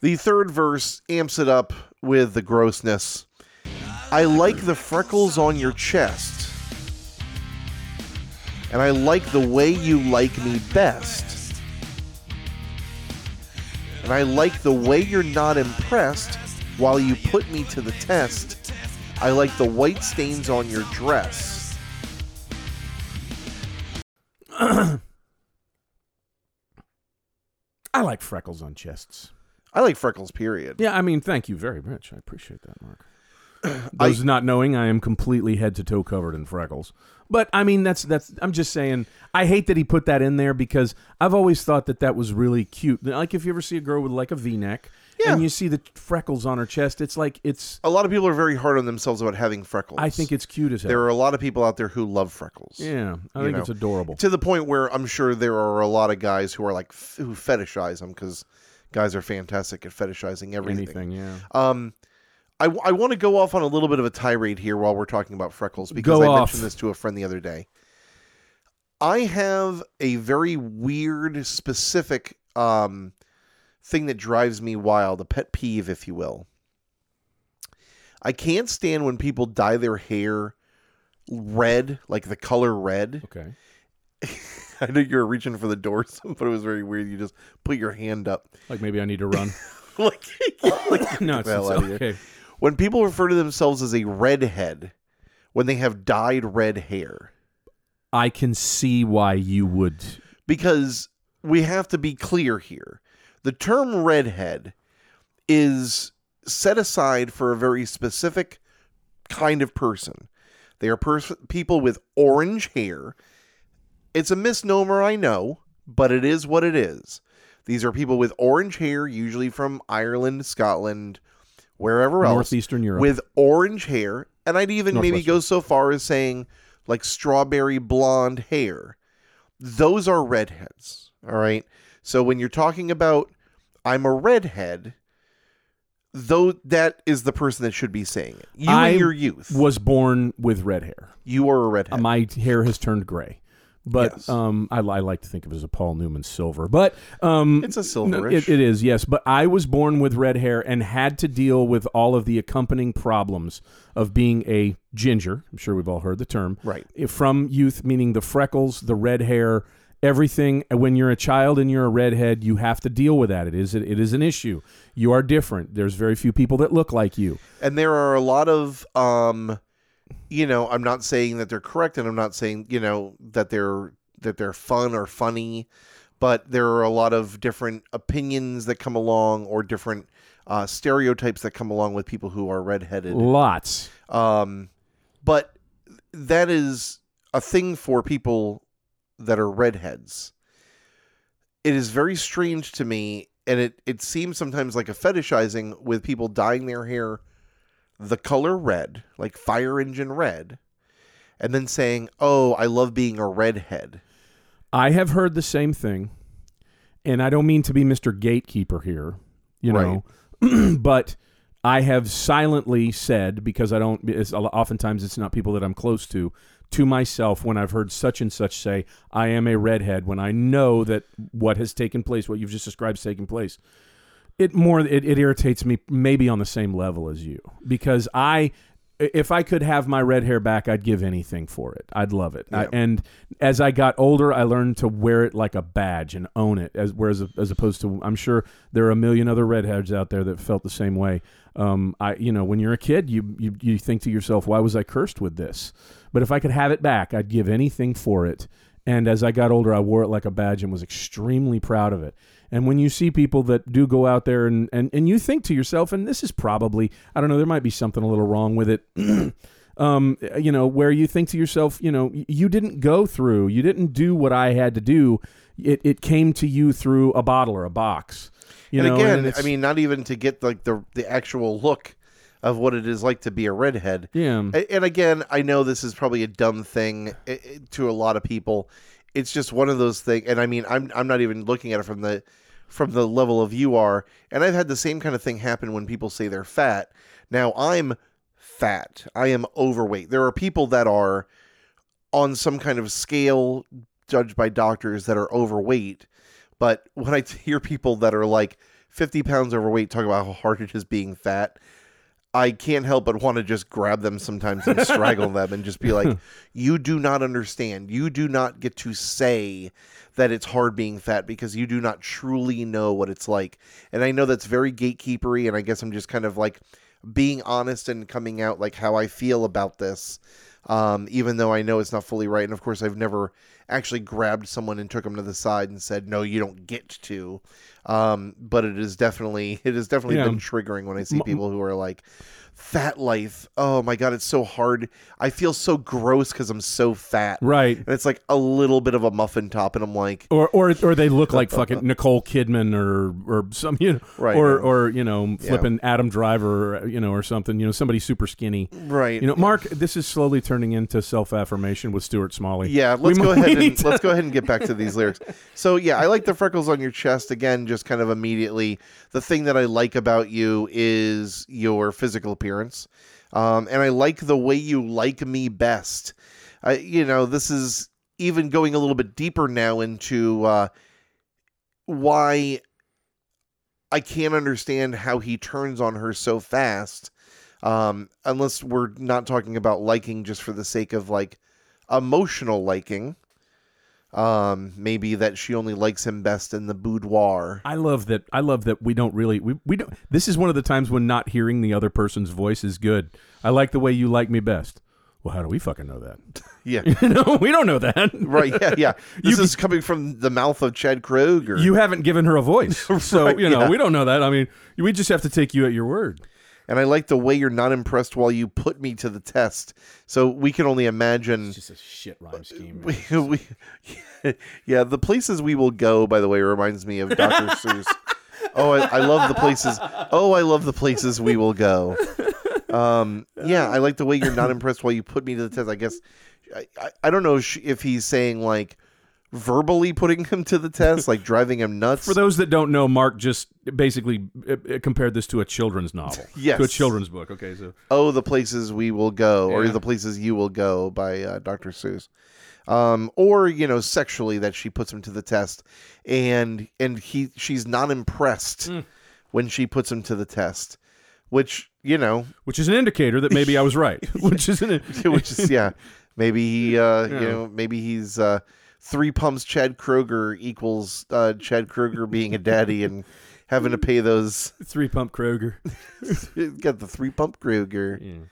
The third verse amps it up with the grossness. I like the freckles on your chest. And I like the way you like me best. And I like the way you're not impressed while you put me to the test. I like the white stains on your dress. I like freckles on chests. I like freckles, period. Yeah, I mean, thank you very much. I appreciate that, Mark. Those not knowing, I am completely head to toe covered in freckles. But I mean, that's that's. I'm just saying, I hate that he put that in there because I've always thought that that was really cute. Like if you ever see a girl with like a V-neck Yeah. and you see the freckles on her chest, it's like it's. A lot of people are very hard on themselves about having freckles. I think it's cute as hell. there are a lot of people out there who love freckles. Yeah, I you think know. it's adorable. to the point where I'm sure there are a lot of guys who are like f- who fetishize them because guys are fantastic at fetishizing everything. Anything, yeah. Um, I, want to go off on a little bit of a tirade here while we're talking about freckles because Go I off. mentioned this to a friend the other day. I have a very weird, specific um, thing that drives me wild, a pet peeve, if you will. I can't stand when people dye their hair red, like the color red. Okay. I know you were reaching for the door, but it was very weird. You just put your hand up, Like maybe I need to run. like, like no, it's, Well, it's- out of here. okay. when people refer to themselves as a redhead when they have dyed red hair I can see why you would. because we have to be clear here the term redhead is set aside for a very specific kind of person they are pers- people with orange hair it's a misnomer i know but it is what it is these are people with orange hair usually from ireland scotland wherever else Northeastern Europe. with orange hair, and I'd even maybe Northwestern. go so far as saying like strawberry blonde hair. Those are redheads. All right. So when you're talking about I'm a redhead, though that is the person that should be saying it. You I in your youth, was born with red hair. you are a redhead. My hair has turned gray. But Yes. um, I, I like to think of it as a Paul Newman silver. But um, it's a No, silverish. it, it is, yes. But I was born with red hair and had to deal with all of the accompanying problems of being a ginger. I'm sure we've all heard the term. Right. If- From youth, meaning the freckles, the red hair, everything. When you're a child and you're a redhead, you have to deal with that. It is, it is an issue. You are different. There's very few people that look like you. and there are a lot of um you know i'm not saying that they're correct and i'm not saying you know that they're that they're fun or funny but there are a lot of different opinions that come along or different uh, stereotypes that come along with people who are redheaded Lots. um, but that is a thing for people that are redheads. It is very strange to me, and it, it seems sometimes like a fetishizing with people dyeing their hair the color red, like fire engine red, and then saying, Oh, I love being a redhead. I have heard the same thing, and I don't mean to be Mr. Gatekeeper here, you know, but I have silently said because I don't. It's, oftentimes, it's not people that I'm close to. To myself, when I've heard such and such say, "I am a redhead," when I know that what has taken place, what you've just described, has taken place, it more it, it irritates me maybe on the same level as you because i if i could have my red hair back i'd give anything for it i'd love it I, Yeah. and as i got older i learned to wear it like a badge and own it as whereas as opposed to i'm sure there are a million other redheads out there that felt the same way um, I you know when you're a kid you, you you think to yourself why was I cursed with this but if I could have it back I'd give anything for it and as I got older, I wore it like a badge and was extremely proud of it. And when you see people that do go out there and, and, and you think to yourself, and this is probably, I don't know, there might be something a little wrong with it. um, you know, where you think to yourself, you know, y- you didn't go through, you didn't do what I had to do. It, it came to you through a bottle or a box. You and know, again, it's- I mean, not even to get like the, the actual look of what it is like to be a redhead. yeah. A- And again, I know this is probably a dumb thing i- i- to a lot of people. It's just one of those things, and I mean, I'm I'm not even looking at it from the from the level of you are. And I've had the same kind of thing happen when people say they're fat. Now I'm fat. I am overweight. There are people that are on some kind of scale judged by doctors that are overweight. But when I hear people that are like 50 pounds overweight talk about how hard it is being fat, I can't help but want to just grab them sometimes and strangle them and just be like, you do not understand. You do not get to say that it's hard being fat because you do not truly know what it's like. And I know that's very gatekeepery. And I guess I'm just kind of like being honest and coming out like how I feel about this, um, even though I know it's not fully right. And of course, I've never actually grabbed someone and took them to the side and said, no, you don't get to. Um, but it is definitely, it has definitely Yeah. been triggering when I see people who are like, fat life. Oh my God, it's so hard. I feel so gross because I'm so fat. right. And it's like a little bit of a muffin top. And I'm like, Or, or, or they look like fucking Nicole Kidman or or some you know Right, or yeah. or you know flipping Adam Driver or, you know or something you know somebody super skinny right. You know, Mark, this is slowly turning into self affirmation with Stuart Smalley. Yeah, let's we, go ahead We and- and Anita. let's go ahead and get back to these lyrics. So yeah, I like the freckles on your chest again. Just kind of immediately, the thing that I like about you is your physical appearance, um, and I like the way you like me best. I, you know, this is even going a little bit deeper now into uh, why I can't understand how he turns on her so fast. Um, unless we're not talking about liking just for the sake of like emotional liking. Um, maybe that she only likes him best in the boudoir. I love that. I love that we don't really we, we don't. This is one of the times when not hearing the other person's voice is good. I like the way you like me best. Well, how do we fucking know that? Yeah. You know, we don't know that. Right, yeah, yeah. This You- is coming from the mouth of Chad Kroger. You haven't given her a voice, so Right, you know yeah. we don't know that. I mean, we just have to take you at your word. and I like the way you're not impressed while you put me to the test. So we can only imagine Just a shit rhyme scheme. uh, we, we, yeah, the places we will go, by the way, reminds me of Dr. Seuss. Oh, I, I love the places. Oh, I love the places we will go. Um, yeah, I like the way you're not impressed while you put me to the test. I guess I, I, I don't know if, she, if he's saying like verbally putting him to the test, like driving him nuts. For those that don't know, Mark just basically uh, uh, compared this to a children's novel, Yes. to a children's book. Okay, so oh, the places we will go, or Yeah. the places you will go by uh, Dr. Seuss. Um, or you know, sexually that she puts him to the test, and and he she's not impressed Mm. when she puts him to the test, which you know, which is an indicator that maybe I was right. Which is an which is yeah, maybe he uh, Yeah. you know maybe he's uh, three pumps Chad Kroger equals uh, Chad Kroger being a daddy and having to pay those three pump Kroger. got the three pump Kroger.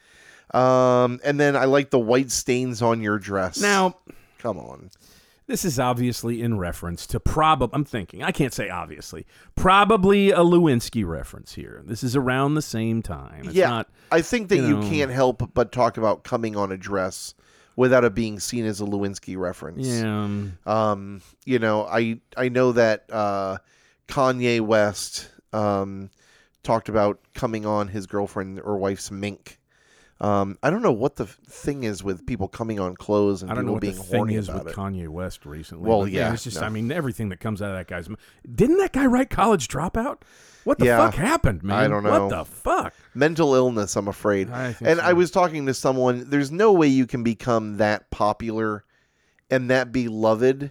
Um, and then I like the white stains on your dress. Now Come on. This is obviously in reference to probably, I'm thinking, I can't say obviously, probably a Lewinsky reference here. This is around the same time. It's yeah. not, I think that you you, know- can't help but talk about coming on a dress without it being seen as a Lewinsky reference. yeah, um, Um, you know, I I know that uh Kanye West um talked about coming on his girlfriend or wife's mink. Um, I don't know what the f- thing is with people coming on clothes and I don't people know what the being thing horny is about with it. Kanye West recently. Well, but, yeah, It's just, no. I mean, everything that comes out of that guy's mouth. Didn't that guy write College Dropout? What the Yeah. fuck happened, man? don't know. What the fuck? mental illness i'm afraid I think and i so. was talking to someone there's no way you can become that popular and that beloved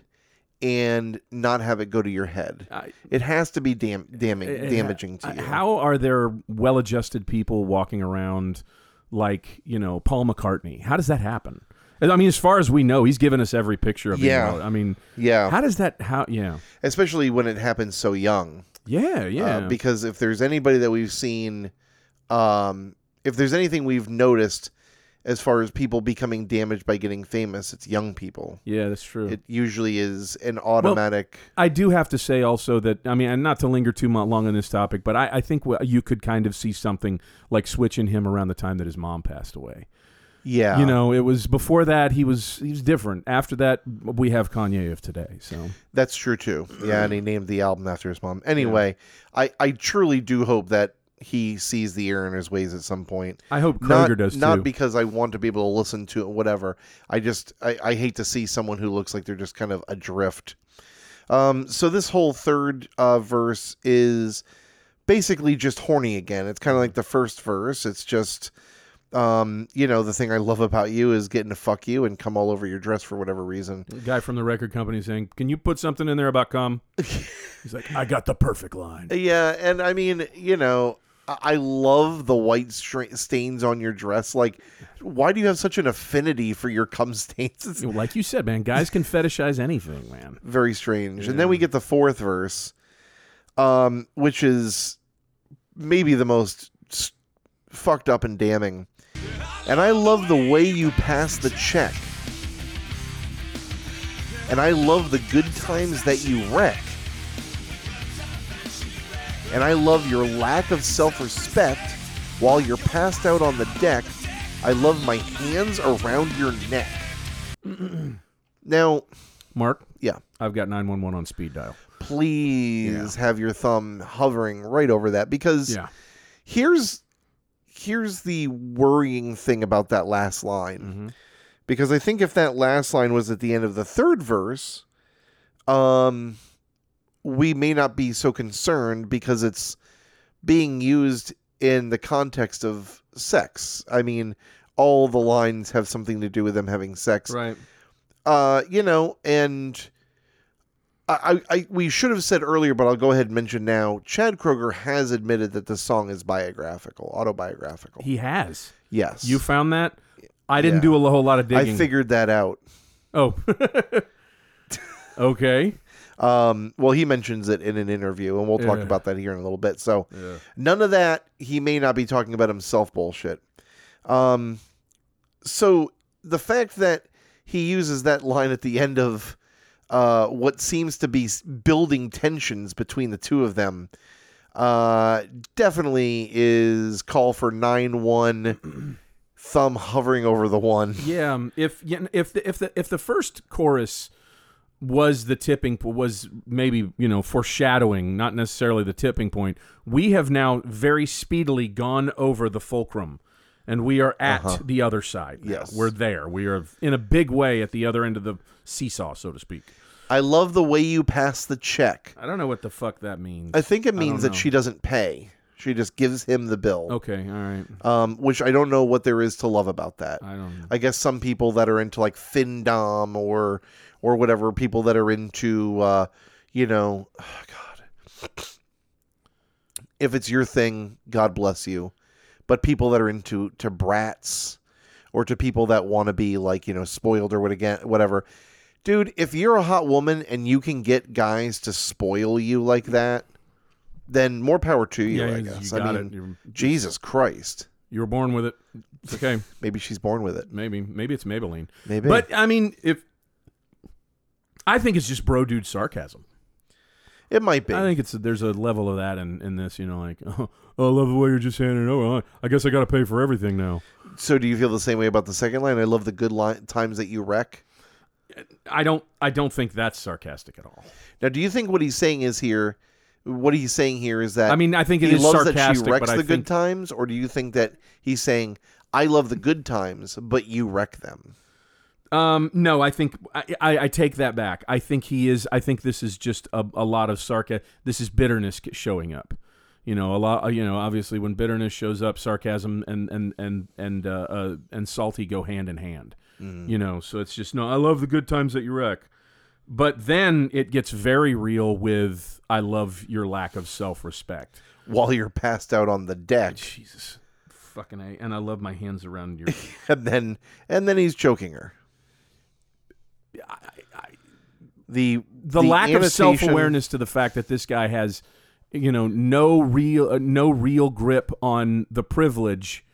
and not have it go to your head I- it has to be dam- damning Uh, damaging to uh, you How are there well-adjusted people walking around like you know Paul McCartney? How does that happen? And, I mean, as far as we know, he's given us every picture of him. Yeah. Oh. Well, I mean, yeah how does that? How? Yeah, especially when it happens so young yeah, yeah. uh, because if there's anybody that we've seen um if there's anything we've noticed as far as people becoming damaged by getting famous it's young people yeah, that's true. it usually is an automatic I do have to say also that I mean, and not to linger too mo- long on this topic, but I, I think wh- you could kind of see something like switching him around the time that his mom passed away. yeah you know, it was before that he was he was different. After that, we have Kanye of today. So That's true too. Yeah, and he named the album after his mom. Anyway, I I truly do hope that he sees the error in his ways at some point. I hope Kroger Not, does not too. because I want to be able to listen to it, whatever. I just I, I hate to see someone who looks like they're just kind of adrift. Um, so this whole third uh, verse is basically just horny again. It's kind of like the first verse. It's just um, you know, the thing I love about you is getting to fuck you and come all over your dress for whatever reason. guy from the record company saying, "Can you put something in there about cum?" He's like, "I got the perfect line." Yeah, and I mean, you know, I, I love the white stra- stains on your dress. Like, why do you have such an affinity for your cum stains? It's Like you said, man, guys can fetishize anything, man. very strange. And then we get the fourth verse, um, which is maybe the most s- fucked up and damning. And I love the way you pass the check. And I love the good times that you wreck. And I love your lack of self respect while you're passed out on the deck. I love my hands around your neck. now, Mark, yeah I've got nine one one on speed dial. please have your thumb hovering right over that because Yeah, Mm-hmm. here's here's the worrying thing about that last line because I think if that last line was at the end of the third verse, um, we may not be so concerned because it's being used in the context of sex. I mean, all the lines have something to do with them having sex. Right. Uh, you know, and I, I, I we should have said earlier, but I'll go ahead and mention now. Chad Kroger has admitted that the song is biographical, autobiographical. He has. yes, You found that? I didn't Yeah. do a whole lot of digging. I figured that out. Oh. okay. Um, well, he mentions it in an interview, and we'll talk Yeah. about that here in a little bit. So, none of that. He may not be talking about himself bullshit. Um, so the fact that he uses that line at the end of uh, what seems to be s- building tensions between the two of them uh, definitely is call for nine one thumb hovering over the one. Yeah, um, if yeah, if the, if the if the first chorus was the tipping po- was maybe you know foreshadowing, not necessarily the tipping point. We have now very speedily gone over the fulcrum, and we are at the other side. now. Uh-huh. Yes. we're there. We are in a big way at the other end of the seesaw, so to speak. I love the way you pass the check. I don't know what the fuck that means. I think it means that know. she doesn't pay. She just gives him the bill, okay, all right. um, which I don't know what there is to love about that. I don't. know. I guess some people that are into like Findom or or whatever, people that are into uh, you know, oh, God. If it's your thing, God bless you. But people that are into to brats or to people that want to be like you know spoiled or what again whatever, dude. If you're a hot woman and you can get guys to spoil you like that, then more power to you. Yeah, I you- guess. you I got mean, it. You're- Jesus Christ. You were born with it. It's okay. Maybe she's born with it. Maybe maybe it's Maybelline. Maybe. But I mean, if I think it's just bro dude sarcasm. it might be. I think it's there's a level of that in, in this, you know, like oh, I love the way you're just handing it over. I guess I got to pay for everything now. So do you feel the same way about the second line? I love the good line, times that you wreck. I don't I don't think that's sarcastic at all. Now, do you think what he's saying is here? What he's saying here is that I mean, I think it he is loves that she sarcastic, wrecks but I the good think- times, or do you think that he's saying I love the good times, but you wreck them? Um, no, I think I, I, I take that back. I think he is. I think this is just a, a lot of sarcasm. This is bitterness k- showing up. You know, a lot. uh, You know, obviously, when bitterness shows up, sarcasm and and and and uh, uh, and salty go hand in hand. You know, so it's just no. I love the good times that you wreck, but then it gets very real with I love your lack of self respect. While you're passed out on the deck, Jesus, fucking a. And I love my hands around your. and then and then he's choking her. the the, lack of annotation- self awareness to the fact that this guy has, you know, no real uh, no real grip on the privilege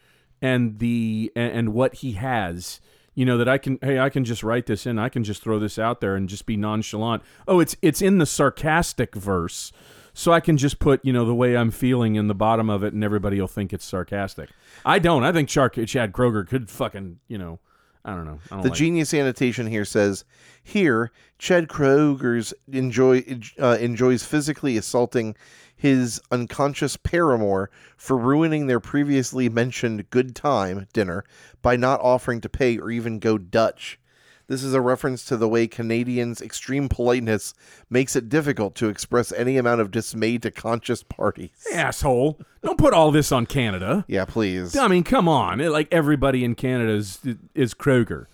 and the and, and what he has. You know that I can hey I can just write this in I can just throw this out there and just be nonchalant. Oh, it's it's in the sarcastic verse. So I can just put, you know, the way I'm feeling in the bottom of it, and everybody will think it's sarcastic. I don't. I think Char- Chad Kroger could fucking, you know, I don't know. I don't The like genius annotation here says, "Here, Chad Kroger's enjoy uh, enjoys physically assaulting his unconscious paramour for ruining their previously mentioned good time dinner by not offering to pay or even go Dutch." This is a reference to the way Canadians' extreme politeness makes it difficult to express any amount of dismay to conscious parties. asshole. Don't put all this on Canada. Yeah, please. I mean, come on! It- like everybody in Canada is is Kroger.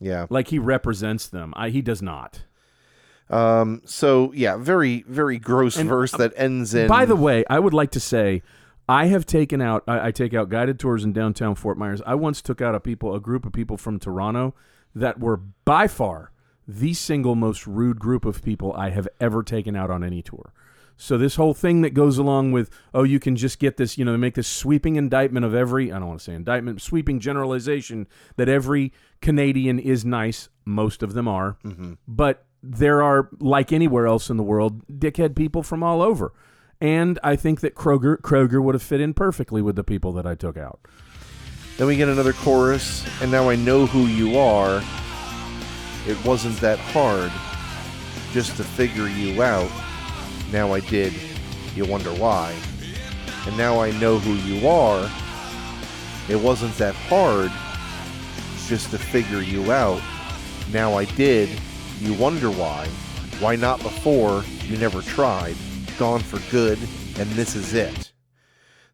Yeah. Like he represents them. I, he does not. So, yeah, very, very gross verse that ends in. um, By the way, I would like to say, I have taken out. I, I take out guided tours in downtown Fort Myers. I once took out a people, a group of people from Toronto that were by far the single most rude group of people I have ever taken out on any tour. So this whole thing that goes along with oh you can just get this you know make this sweeping indictment of every I don't want to say indictment sweeping generalization that every Canadian is nice most of them are but there are like anywhere else in the world dickhead people from all over and I think that Kroger Kroger would have fit in perfectly with the people that I took out. Then we get another chorus, and now I know who you are. It wasn't that hard just to figure you out. Now I did. You wonder why. And now I know who you are. It wasn't that hard just to figure you out. Now I did. You wonder why. Why not before? You never tried. Gone for good, and this is it.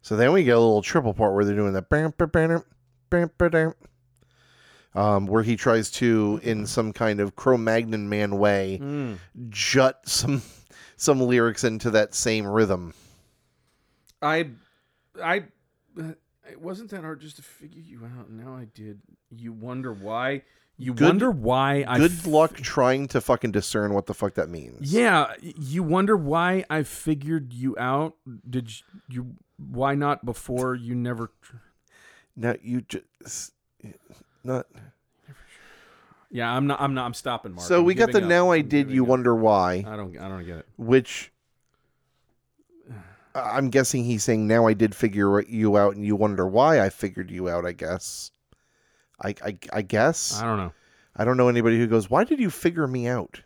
So then we get a little triple part where they're doing the bam, bam, bam, bam, bam, bam, um, where he tries to, Mm. in some kind of Cro-Magnon man way, jut some some lyrics into that same rhythm. I, I, uh, it wasn't that hard just to figure you out. Now I did. You wonder why. You Good- wonder why I. Good f- luck trying to fucking discern what the fuck that means. Yeah, you wonder why I figured you out. Did you? you why not before? You never. tr- Now you just not. Yeah, I'm not. I'm not. I'm stopping, Mark. so I'm we got the giving up. now I I'm did. giving You up. Uh. wonder why, I don't. I don't get it. which I- I'm guessing he's saying now I did figure you out, and you wonder why I figured you out. I guess. I I, I guess I don't know. I don't know anybody who goes. Why did you figure me out?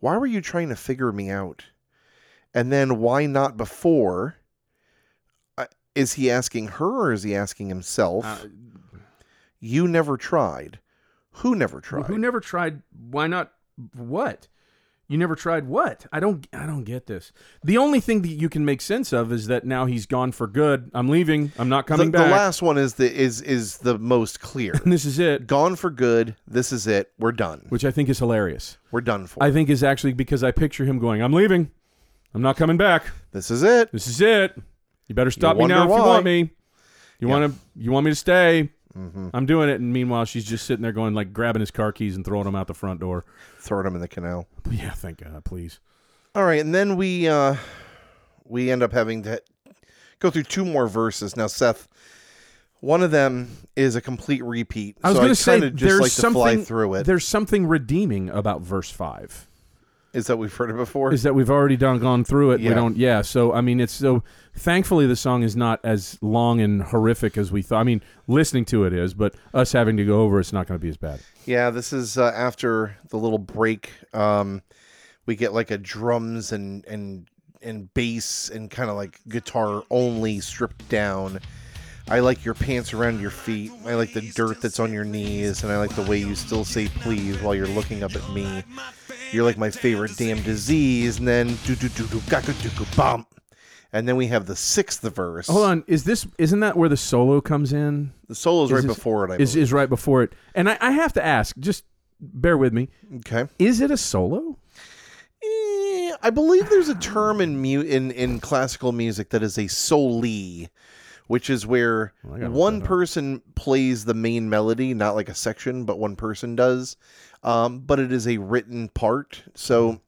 Why were you trying to figure me out? And then why not before? I- Is he asking her or is he asking himself? Uh, You never tried. Who never tried? Who never tried? Why not? What? You never tried what? I don't. I don't get this. The only thing that you can make sense of is that now he's gone for good. I'm leaving. I'm not coming the, back. the last one is the is is the most clear. and this is it, Gone for good. This is it. We're done. which I think is hilarious. We're done for. I think is actually because I picture him going, "I'm leaving. I'm not coming back. this is it. This is it. You better stop me wonder now if you why." want me. You want to? You want me to stay?" Mm-hmm. I'm doing it, and meanwhile, she's just sitting there going, like grabbing his car keys and throwing them out the front door. Throwing him in the canal. Yeah, thank God, please. All right, and then we uh we end up having to go through two more verses. Now, Seth, one of them is a complete repeat. I was so going to I say kinda just there's like to something fly through it. There's something redeeming about verse five. Is that we've heard it before? Is that we've already done gone through it. Yeah. We don't. Yeah. So I mean, it's so. Thankfully, the song is not as long and horrific as we thought. I mean, listening to it is, but us having to go over it's not going to be as bad. Yeah, this is uh, after the little break. Um, we get like a drums and and and bass and kind of like guitar only stripped down. I like your pants around your feet. I like the dirt that's on your knees, and I like the way you still say please while you're looking up at me. You're like my favorite damn disease. And then do do do do gaka do go bump. And then we have the sixth verse. Hold on. Is this? Isn't that where the solo comes in? The solo's right this- before it. I Is believe. is right before it? And I, I have to ask. Just bear with me. okay. Is it a solo? Eh, I believe there's a term in mu- in in classical music that is a soli, which is where I gotta look one that up. person plays the main melody, not like a section, but one person does. Um, but it is a written part, Hmm. so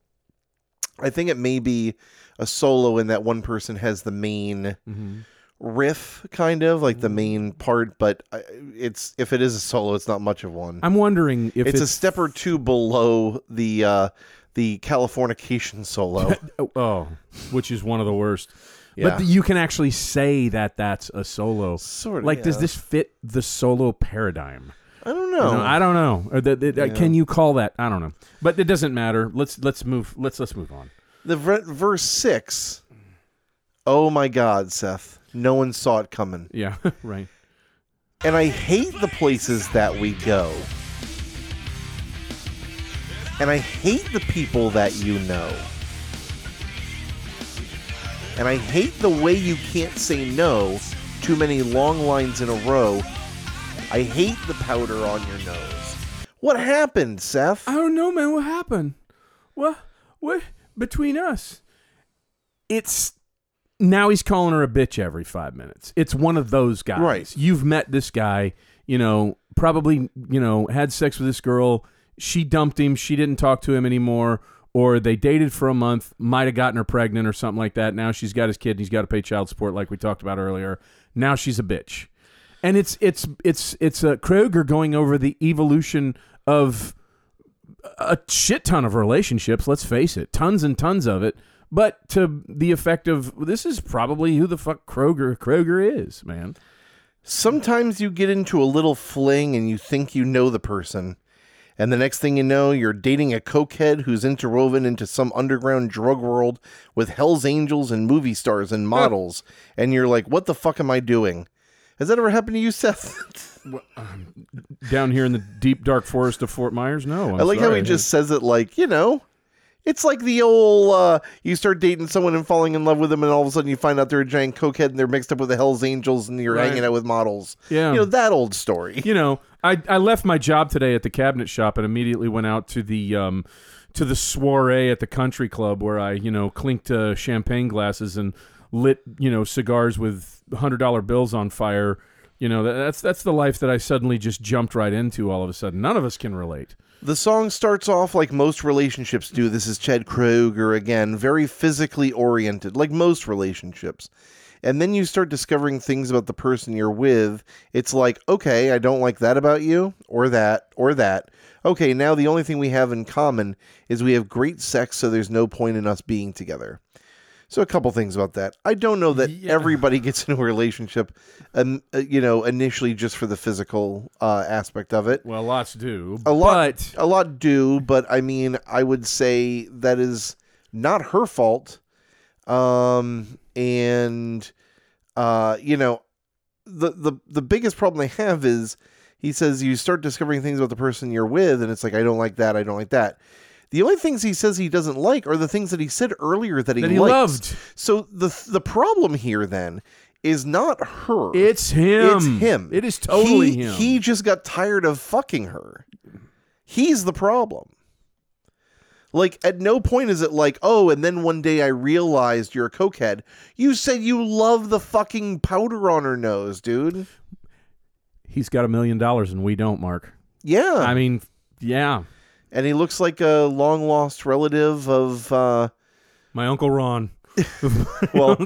I think it may be a solo in that one person has the main Mm-hmm. riff, kind of like Hmm. the main part. But I- it's if it is a solo, it's not much of one. I'm wondering if it's, it's a step or two below the uh, the Californication solo. Oh, oh, which is one of the worst. Yeah. But th- you can actually say that that's a solo. Sort of. Like, does yeah. this fit the solo paradigm? I don't You know. know, I don't know. Or the, the, uh, Yeah. Can you call that? I don't know. But it doesn't matter. Let's let's move. Let's let's move on. the ver- verse six. Oh my God, Seth! No one saw it coming, Yeah. right. and I hate the places that we go, and I hate the people that you know, and I hate the way you can't say no. Too many long lines in a row. I hate the powder on your nose. What happened, Seth? I don't know, man. What happened? What what between us? It's now he's calling her a bitch every five minutes. It's one of those guys. Right. You've met this guy, you know, probably, you know, had sex with this girl. She dumped him. She didn't talk to him anymore. Or they dated for a month, might have gotten her pregnant or something like that. Now she's got his kid and he's got to pay child support, like we talked about earlier. Now she's a bitch. And it's it's it's it's uh, Kroger going over the evolution of a shit ton of relationships, let's face it, tons and tons of it, but to the effect of this is probably who the fuck Kroger Kroger is, man. Sometimes you get into a little fling and you think you know the person. And the next thing you know, you're dating a cokehead who's interwoven into some underground drug world with Hell's Angels and movie stars and models. and you're like, what the fuck am I doing? Has that ever happened to you, Seth? down here in the deep dark forest of Fort Myers. No, I'm I like how sorry. he just says it like, you know, it's like the old uh, you start dating someone and falling in love with them, and all of a sudden you find out they're a giant cokehead and they're mixed up with the Hell's Angels and you're Right. hanging out with models. Yeah. You know, that old story. you know, I, I left my job today at the cabinet shop and immediately went out to the um, to the soiree at the country club where I you know clinked uh, champagne glasses and lit you know cigars with hundred dollar bills on fire. You know that, that's that's the life that I suddenly just jumped right into all of a sudden. None of us can relate. The song starts off like most relationships do. This is Chad Kroger again, very physically oriented, like most relationships. And then you start discovering things about the person you're with. It's like, okay, I don't like that about you, or that, or that. Okay, now the only thing we have in common is we have great sex, so there's no point in us being together. So a couple things about that. I don't know that everybody gets into a relationship, um, uh, you know, initially just for the physical uh, aspect of it Well, lots do. a lot But a lot do but i mean i would say that is not her fault um and uh you know the the the biggest problem they have is he says you start discovering things about the person you're with and it's like i don't like that i don't like that the only things he says he doesn't like are the things that he said earlier that he, That he likes. loved. so the the problem here then is not her it's him. it's him. It is totally he, him. He just got tired of fucking her. He's the problem. Like, at no point is it like, oh, and then one day I realized you're a cokehead. You said you love the fucking powder on her nose, dude. He's got a million dollars and we don't, Mark. Yeah. I mean, yeah. and he looks like a long lost relative of, uh, My uncle Ron. well,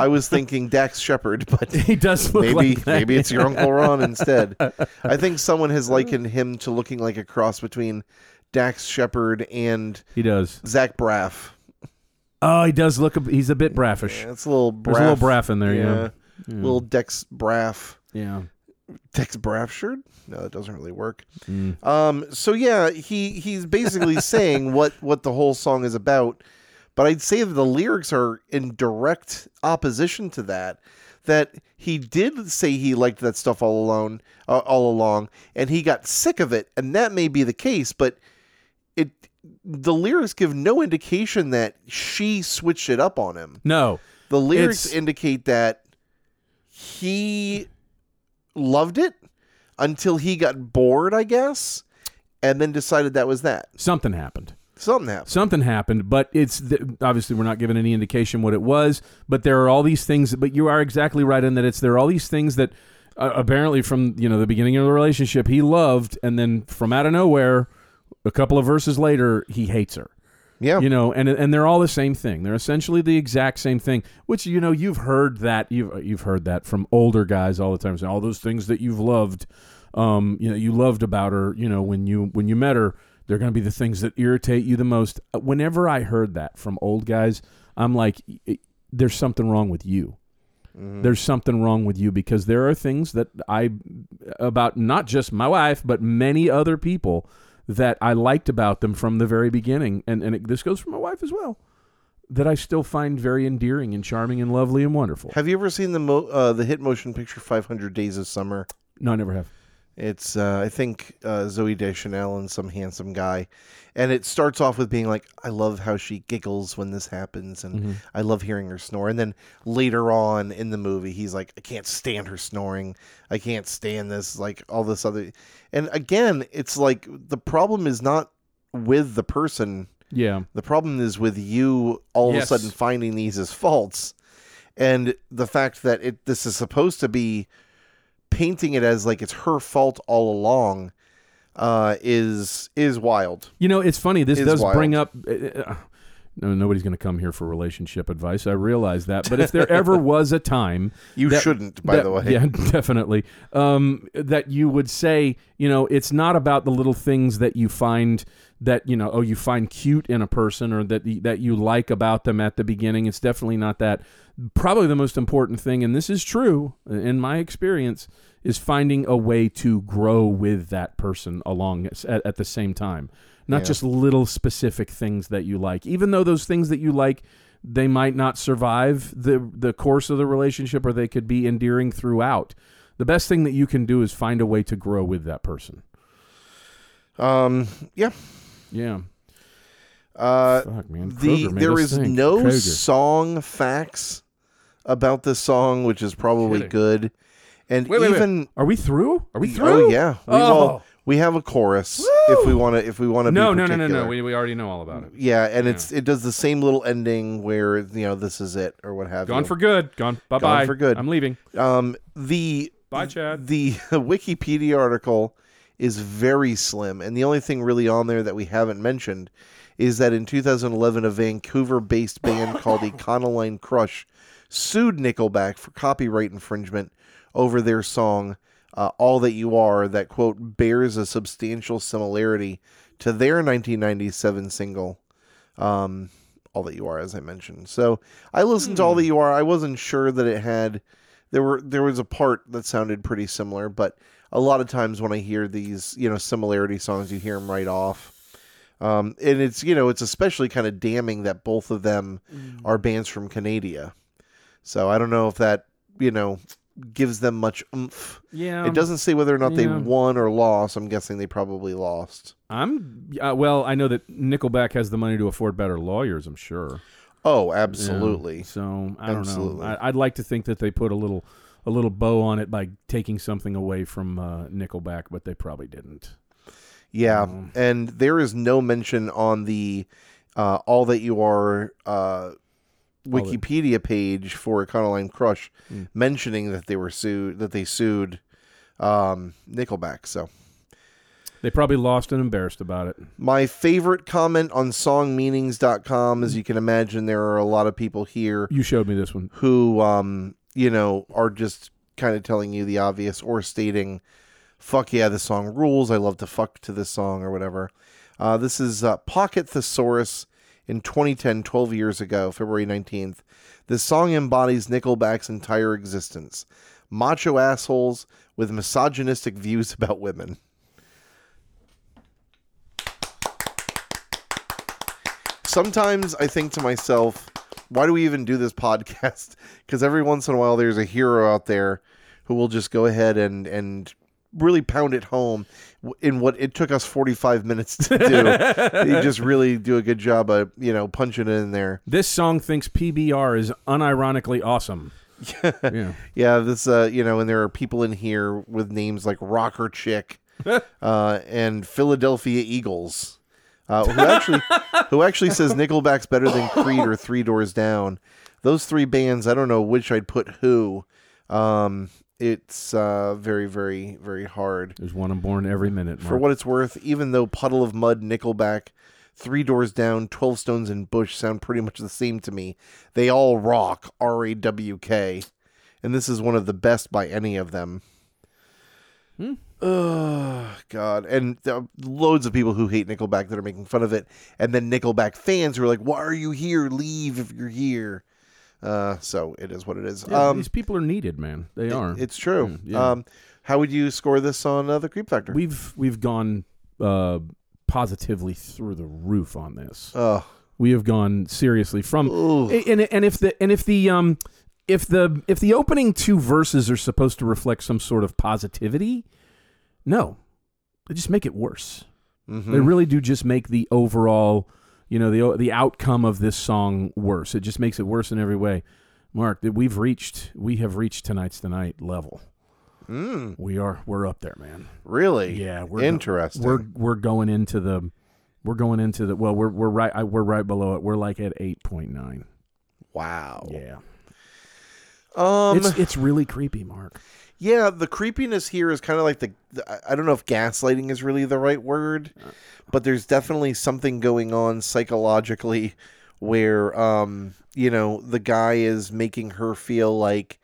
I was thinking Dax Shepard, but He does look maybe like that. maybe it's your uncle Ron instead. I think someone has likened him to looking like a cross between Dax Shepard and He does. Zach Braff. Oh, he does look. A, he's a bit braffish. Yeah, it's a little braff. There's a little braff in there, yeah. Hmm. Little Dex Braff. Yeah. Dex Brafshard? No, that doesn't really work. Um, so yeah, he he's basically saying what what the whole song is about, but I'd say that the lyrics are in direct opposition to that. That he did say he liked that stuff all alone, uh, all along, and he got sick of it, and that may be the case, but it the lyrics give no indication that she switched it up on him. No. The lyrics It's- indicate that he loved it until he got bored, I guess, and then decided that was that. Something happened. Something happened. Something happened, but it's th- obviously we're not given any indication what it was. But there are all these things. But you are exactly right in that it's there are all these things that uh, apparently from you know the beginning of the relationship he loved, and then from out of nowhere, a couple of verses later he hates her. Yeah. you know and and they're all the same thing they're essentially the exact same thing which you know you've heard that you've you've heard that from older guys all the time saying all those things that you've loved um you know you loved about her you know when you when you met her they're going to be the things that irritate you the most Uh, whenever i heard that from old guys i'm like "Y- y- there's something wrong with you there's something wrong with you because there are things that I about not just my wife but many other people that I liked about them from the very beginning, and and it, this goes for my wife as well, that I still find very endearing and charming and lovely and wonderful. Have you ever seen the mo- uh, the hit motion picture 500 Days of Summer? No, I never have. It's uh, I think uh, Zoe Deschanel and some handsome guy, and it starts off with being like, "I love how she giggles when this happens, and I love hearing her snore." And then later on in the movie, he's like, "I can't stand her snoring. I can't stand this." Like all this other, and again, it's like the problem is not with the person. Yeah, The problem is with you all Yes. of a sudden finding these as faults, and the fact that it this is supposed to be painting it as like it's her fault all along uh, is is wild. you know it's funny. This Is does wild. bring up. Uh, no, nobody's going to come here for relationship advice. I realize that, but if there ever was a time You That- shouldn't, by that- the way. Yeah, definitely. Um, that you would say, you know, it's not about the little things that you find that you know, oh, you find cute in a person or that y- that you like about them at the beginning. It's definitely not that. Probably the most important thing, and this is true in my experience, is finding a way to grow with that person along s- at, at the same time. Not just little specific things that you like, even though those things that you like they might not survive the the course of the relationship or they could be endearing throughout the best thing that you can do is find a way to grow with that person. Um, yeah. Yeah. Uh, Fuck, man. the Kroger made there us is think. no Kroger. song facts about this song, which is probably Kidding. good. And Wait, wait, wait. even Are we through? Are we through? oh yeah, we, Oh. well, we have a chorus if we want to if we want to. No, be no, no, no, particular. no. We, we already know all about it. Yeah, and it's it does the same little ending where you know this is it or what have Gone you. for good. Gone. Bye bye. for good. I'm leaving. um the Bye, Chad. the Wikipedia article is very slim, and the only thing really on there that we haven't mentioned is that in 2011, a Vancouver-based band called Econoline Crush sued Nickelback for copyright infringement over their song uh, "All That You Are," that quote bears a substantial similarity to their 1997 single um, all that you are as i mentioned so i listened to all that you are i wasn't sure that it had there were there was a part that sounded pretty similar but a lot of times when i hear these you know similarity songs you hear them right off um, and it's you know it's especially kind of damning that both of them are bands from canada so i don't know if that you know gives them much oomph Yeah. it doesn't say whether or not they Um, yeah. won or lost i'm guessing they probably lost I'm. Uh, well, I know that Nickelback has the money to afford better lawyers. I'm sure. oh absolutely So I don't Absolutely. know. I, I'd like to think that they put a little a little bow on it by taking something away from uh, Nickelback, but they probably didn't. Yeah, and there is no mention on the uh, all that you are uh, Wikipedia page for Econoline Crush mentioning that they were sued that they sued um, Nickelback. So They probably lost and embarrassed about it. my favorite comment on songmeanings.com is you can imagine there are a lot of people here You showed me this one. who um, you know are just kind of telling you the obvious or stating fuck yeah this song rules i love to fuck to this song or whatever uh, this is uh, pocket thesaurus in 2010 12 years ago february 19th this song embodies nickelback's entire existence macho assholes with misogynistic views about women sometimes I think to myself, why do we even do this podcast? Because every once in a while, there's a hero out there who will just go ahead and and really pound it home w- in what it took us 45 minutes to do. they just really do a good job of you know punching it in there. This song thinks PBR is unironically awesome. yeah. Yeah, this uh you know, and there are people in here with names like Rocker Chick uh and Philadelphia Eagles. Uh, who actually who actually says Nickelback's better than Creed or Three Doors Down. Those three bands, I don't know which I'd put who. Um it's uh very, very, very hard. There's one I'm born every minute. For Mark. what it's worth, even though Puddle of Mud, Nickelback, Three Doors Down, Twelve Stones, and Bush sound pretty much the same to me, they all rock R A W K, and this is one of the best by any of them. Hmm. Oh God! And there are loads of people who hate Nickelback that are making fun of it, and then Nickelback fans who are like, "Why are you here? Leave if you're here." Uh, so it is what it is. Yeah, um, these people are needed, man. They are. it's true. Mm, yeah. Um, how would you score this on uh, the Creep Factor? We've we've gone uh, positively through the roof on this. oh, We have gone seriously from Ugh. A- and and if the and if the um if the if the opening two verses are supposed to reflect some sort of positivity, no, they just make it worse. mhm. They really do just make the overall, you know, the o- the outcome of this song worse. It just makes it worse in every way. Mark, that we've reached we have reached tonight's tonight level. Mm, We are we're up there, man. really? Yeah, we're Interesting. we're we're going into the we're going into the well we're we're right I, we're right below it. We're like at 8.9. wow. Yeah. Oh. Um. it's it's really creepy, Mark. yeah, the creepiness here is kind of like the, the. I- I don't know if gaslighting is really the right word, but there's definitely something going on psychologically, where um, you know, the guy is making her feel like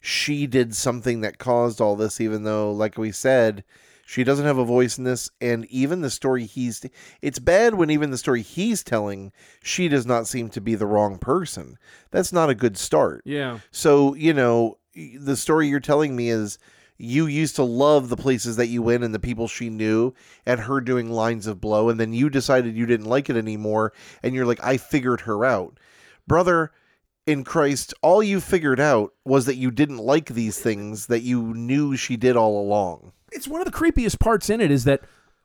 she did something that caused all this, even though, like we said. She doesn't have a voice in this, and even the story he's. It's bad when even the story he's telling, she does not seem to be the wrong person. That's not a good start. Yeah. So, you know, y- the story you're telling me is you used to love the places that you went and the people she knew and her doing lines of blow and then you decided you didn't like it anymore and you're like I figured her out. Brother, in Christ, all you figured out was that you didn't like these things that you knew she did all along. It's one of the creepiest parts in it is that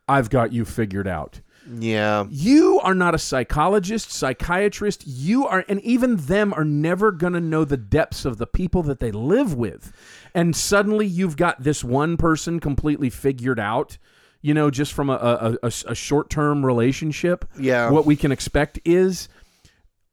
I've got you figured out. Yeah. You are not a psychologist, psychiatrist. You are, and even them are never going to know the depths of the people that they live with. And suddenly you've got this one person completely figured out, you know, just from a, a, a, a short term relationship. Yeah. What we can expect is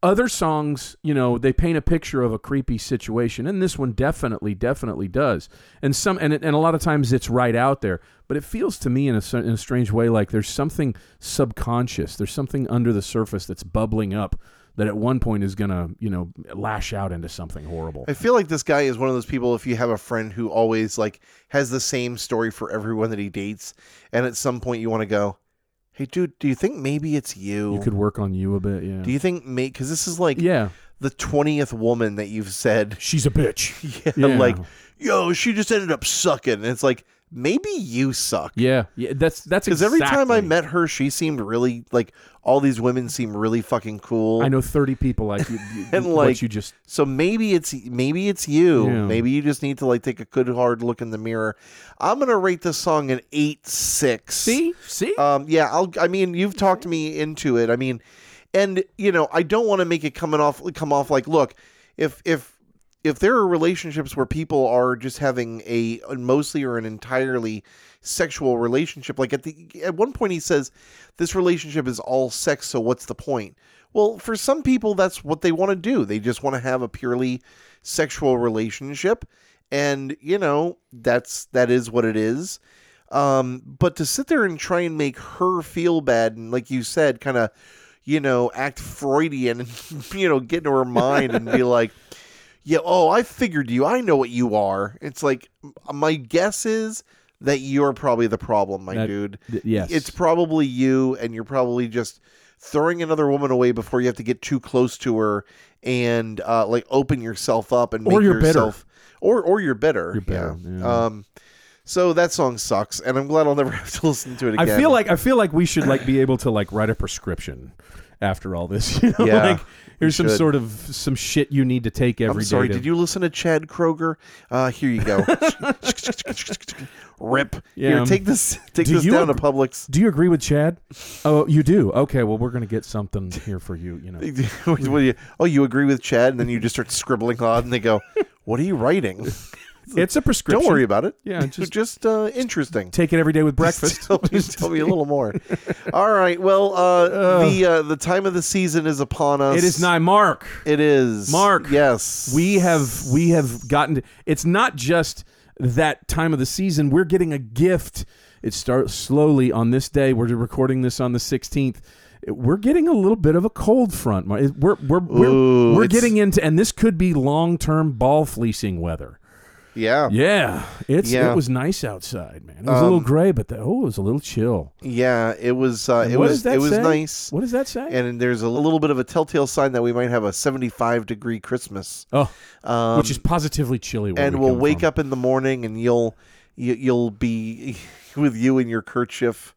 other songs, you know, they paint a picture of a creepy situation, and this one definitely, definitely does. And some, and it- and a lot of times it's right out there, but it feels to me in a, cer- in a strange way like there's something subconscious, there's something under the surface that's bubbling up that at one point is gonna, you know, lash out into something horrible. I feel like this guy is one of those people if you have a friend who always like has the same story for everyone that he dates and at some point you want to go, "Hey dude, do you think maybe it's you?" You could work on you a bit, yeah. do you think mate cuz this is like yeah, the 20th woman that you've said She's a bitch. yeah, Yeah. like, "Yo, she just ended up sucking." And it's like, "Maybe you suck." yeah, yeah. That's that's Because every time I exactly- met her, she seemed really like all these women seem really fucking cool. I know thirty people like you, you- And, what like, you just So maybe it's maybe it's you. Yeah. Maybe you just need to like take a good hard look in the mirror. I'm gonna rate this song an eight six. see see. Um. Yeah. I'll. I mean, you've talked me into it. I mean, and you know, I don't want to make it coming off come off like, look, if if if there are relationships where people are just having a mostly or an entirely sexual relationship, like at the at one point he says, this relationship is all sex, so what's the point? Well, for some people, that's what they want to do. They just want to have a purely sexual relationship, and you know, that's that is what it is. Um, but to sit there and try and make her feel bad and, like you said, kind of, you know, act Freudian and, you know, get into her mind and be like, yeah, oh, I figured you. I know what you are. It's like, m- my guess is that you're probably the problem, my That- dude. th- yes. It's probably you, and you're probably just throwing another woman away before you have to get too close to her and, uh, like, open yourself up and make Or you're bitter. yourself. Or, or you're bitter. You're bitter, yeah. Um, so that song sucks, and I'm glad I'll never have to listen to it I again. feel like I feel like we should like be able to like write a prescription after all this. You know, Yeah, like here's some should. sort of some shit you need to take every day. I'm sorry. to- Did you listen to Chad Kroger? Uh, here you go. Rip. Yeah. um, Here, take this. Take Do this you down ag- to Publix. Do you agree with Chad? Oh, you do. Okay, well we're gonna get something here for you. You know, What do you- oh, you agree with Chad, and then you just start scribbling on, and they go, "What are you writing? it's a prescription. Don't worry about it. Yeah, just- just just uh, interesting." Take it every day with breakfast. Tell me, tell me a little more. All right. Well, uh, the uh, the time of the season is upon us. it is nigh mark. It is Mark, Yes. We have we have gotten. To, it's not just that time of the season. We're getting a gift. It starts slowly on this day. We're recording this on the 16th. It- We're getting a little bit of a cold front. Mar- it- We're we're we're, Ooh, we're it's- getting into, and this could be long term ball fleecing weather. Yeah. Yeah, it's Yeah. Um, it was nice outside, man. It was a little gray, but the, oh, it was a little chill. Yeah, it was. Uh, And it what does was. that It was say? nice. What does that say? And there's a little bit of a telltale sign that we might have a 75 degree Christmas. oh, Um, which is positively chilly. Where and we we'll come wake from. up in the morning, and you'll you, you'll be with you in your kerchief,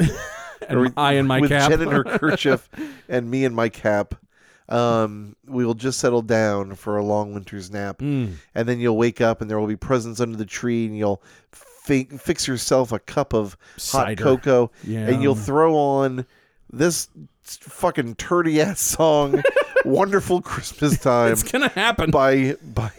and I in my with cap. Jen in her kerchief, and me in my cap. Um, we will just settle down for a long winter's nap, Hmm. and then you'll wake up, and there will be presents under the tree, and you'll fi- fix yourself a cup of Cider. hot cocoa, and you'll Yeah. throw on this fucking turdy ass song, "Wonderful Christmas Time" it's gonna happen. by by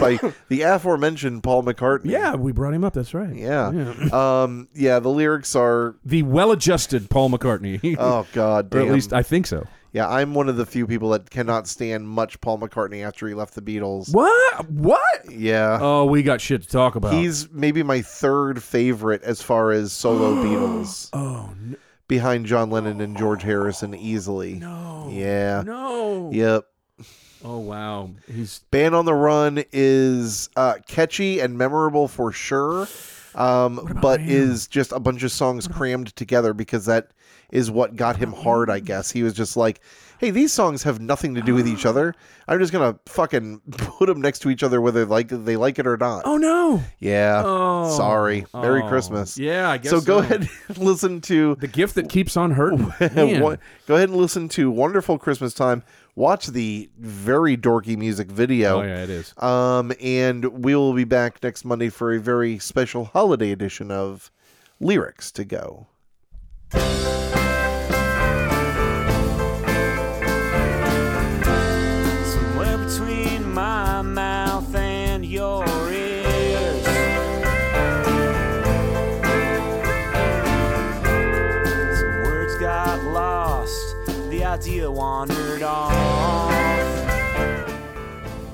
by the aforementioned Paul McCartney. Yeah, we brought him up. That's right. yeah, um, yeah. The lyrics are The well-adjusted Paul McCartney, oh god, or damn. at least I think so. yeah. I'm one of the few people that cannot stand much Paul McCartney after he left the Beatles. What? What? Yeah. Oh, we got shit to talk about. He's maybe my third favorite as far as solo Beatles. Oh, behind John Lennon and George Harrison easily. no. Yeah. No. Yep. Oh wow. He's Band on the Run is uh, catchy and memorable for sure, um, but is just a bunch of songs crammed together because that is what got him hard, I guess. He was just like, hey, these songs have nothing to do with each other. I'm just going to fucking put them next to each other whether like they like it or not. Oh no. Yeah. Oh. Sorry. Merry Oh. Christmas. Yeah, I guess. So go ahead and listen to The gift that keeps on hurting. Yeah, Man. one- go ahead and listen to Wonderful Christmas Time, watch the very dorky music video. Oh yeah, it is. Um, and we will be back next Monday for a very special holiday edition of Lyrics to Go. Somewhere between my mouth and your ears. Some words got lost, the idea wandered off.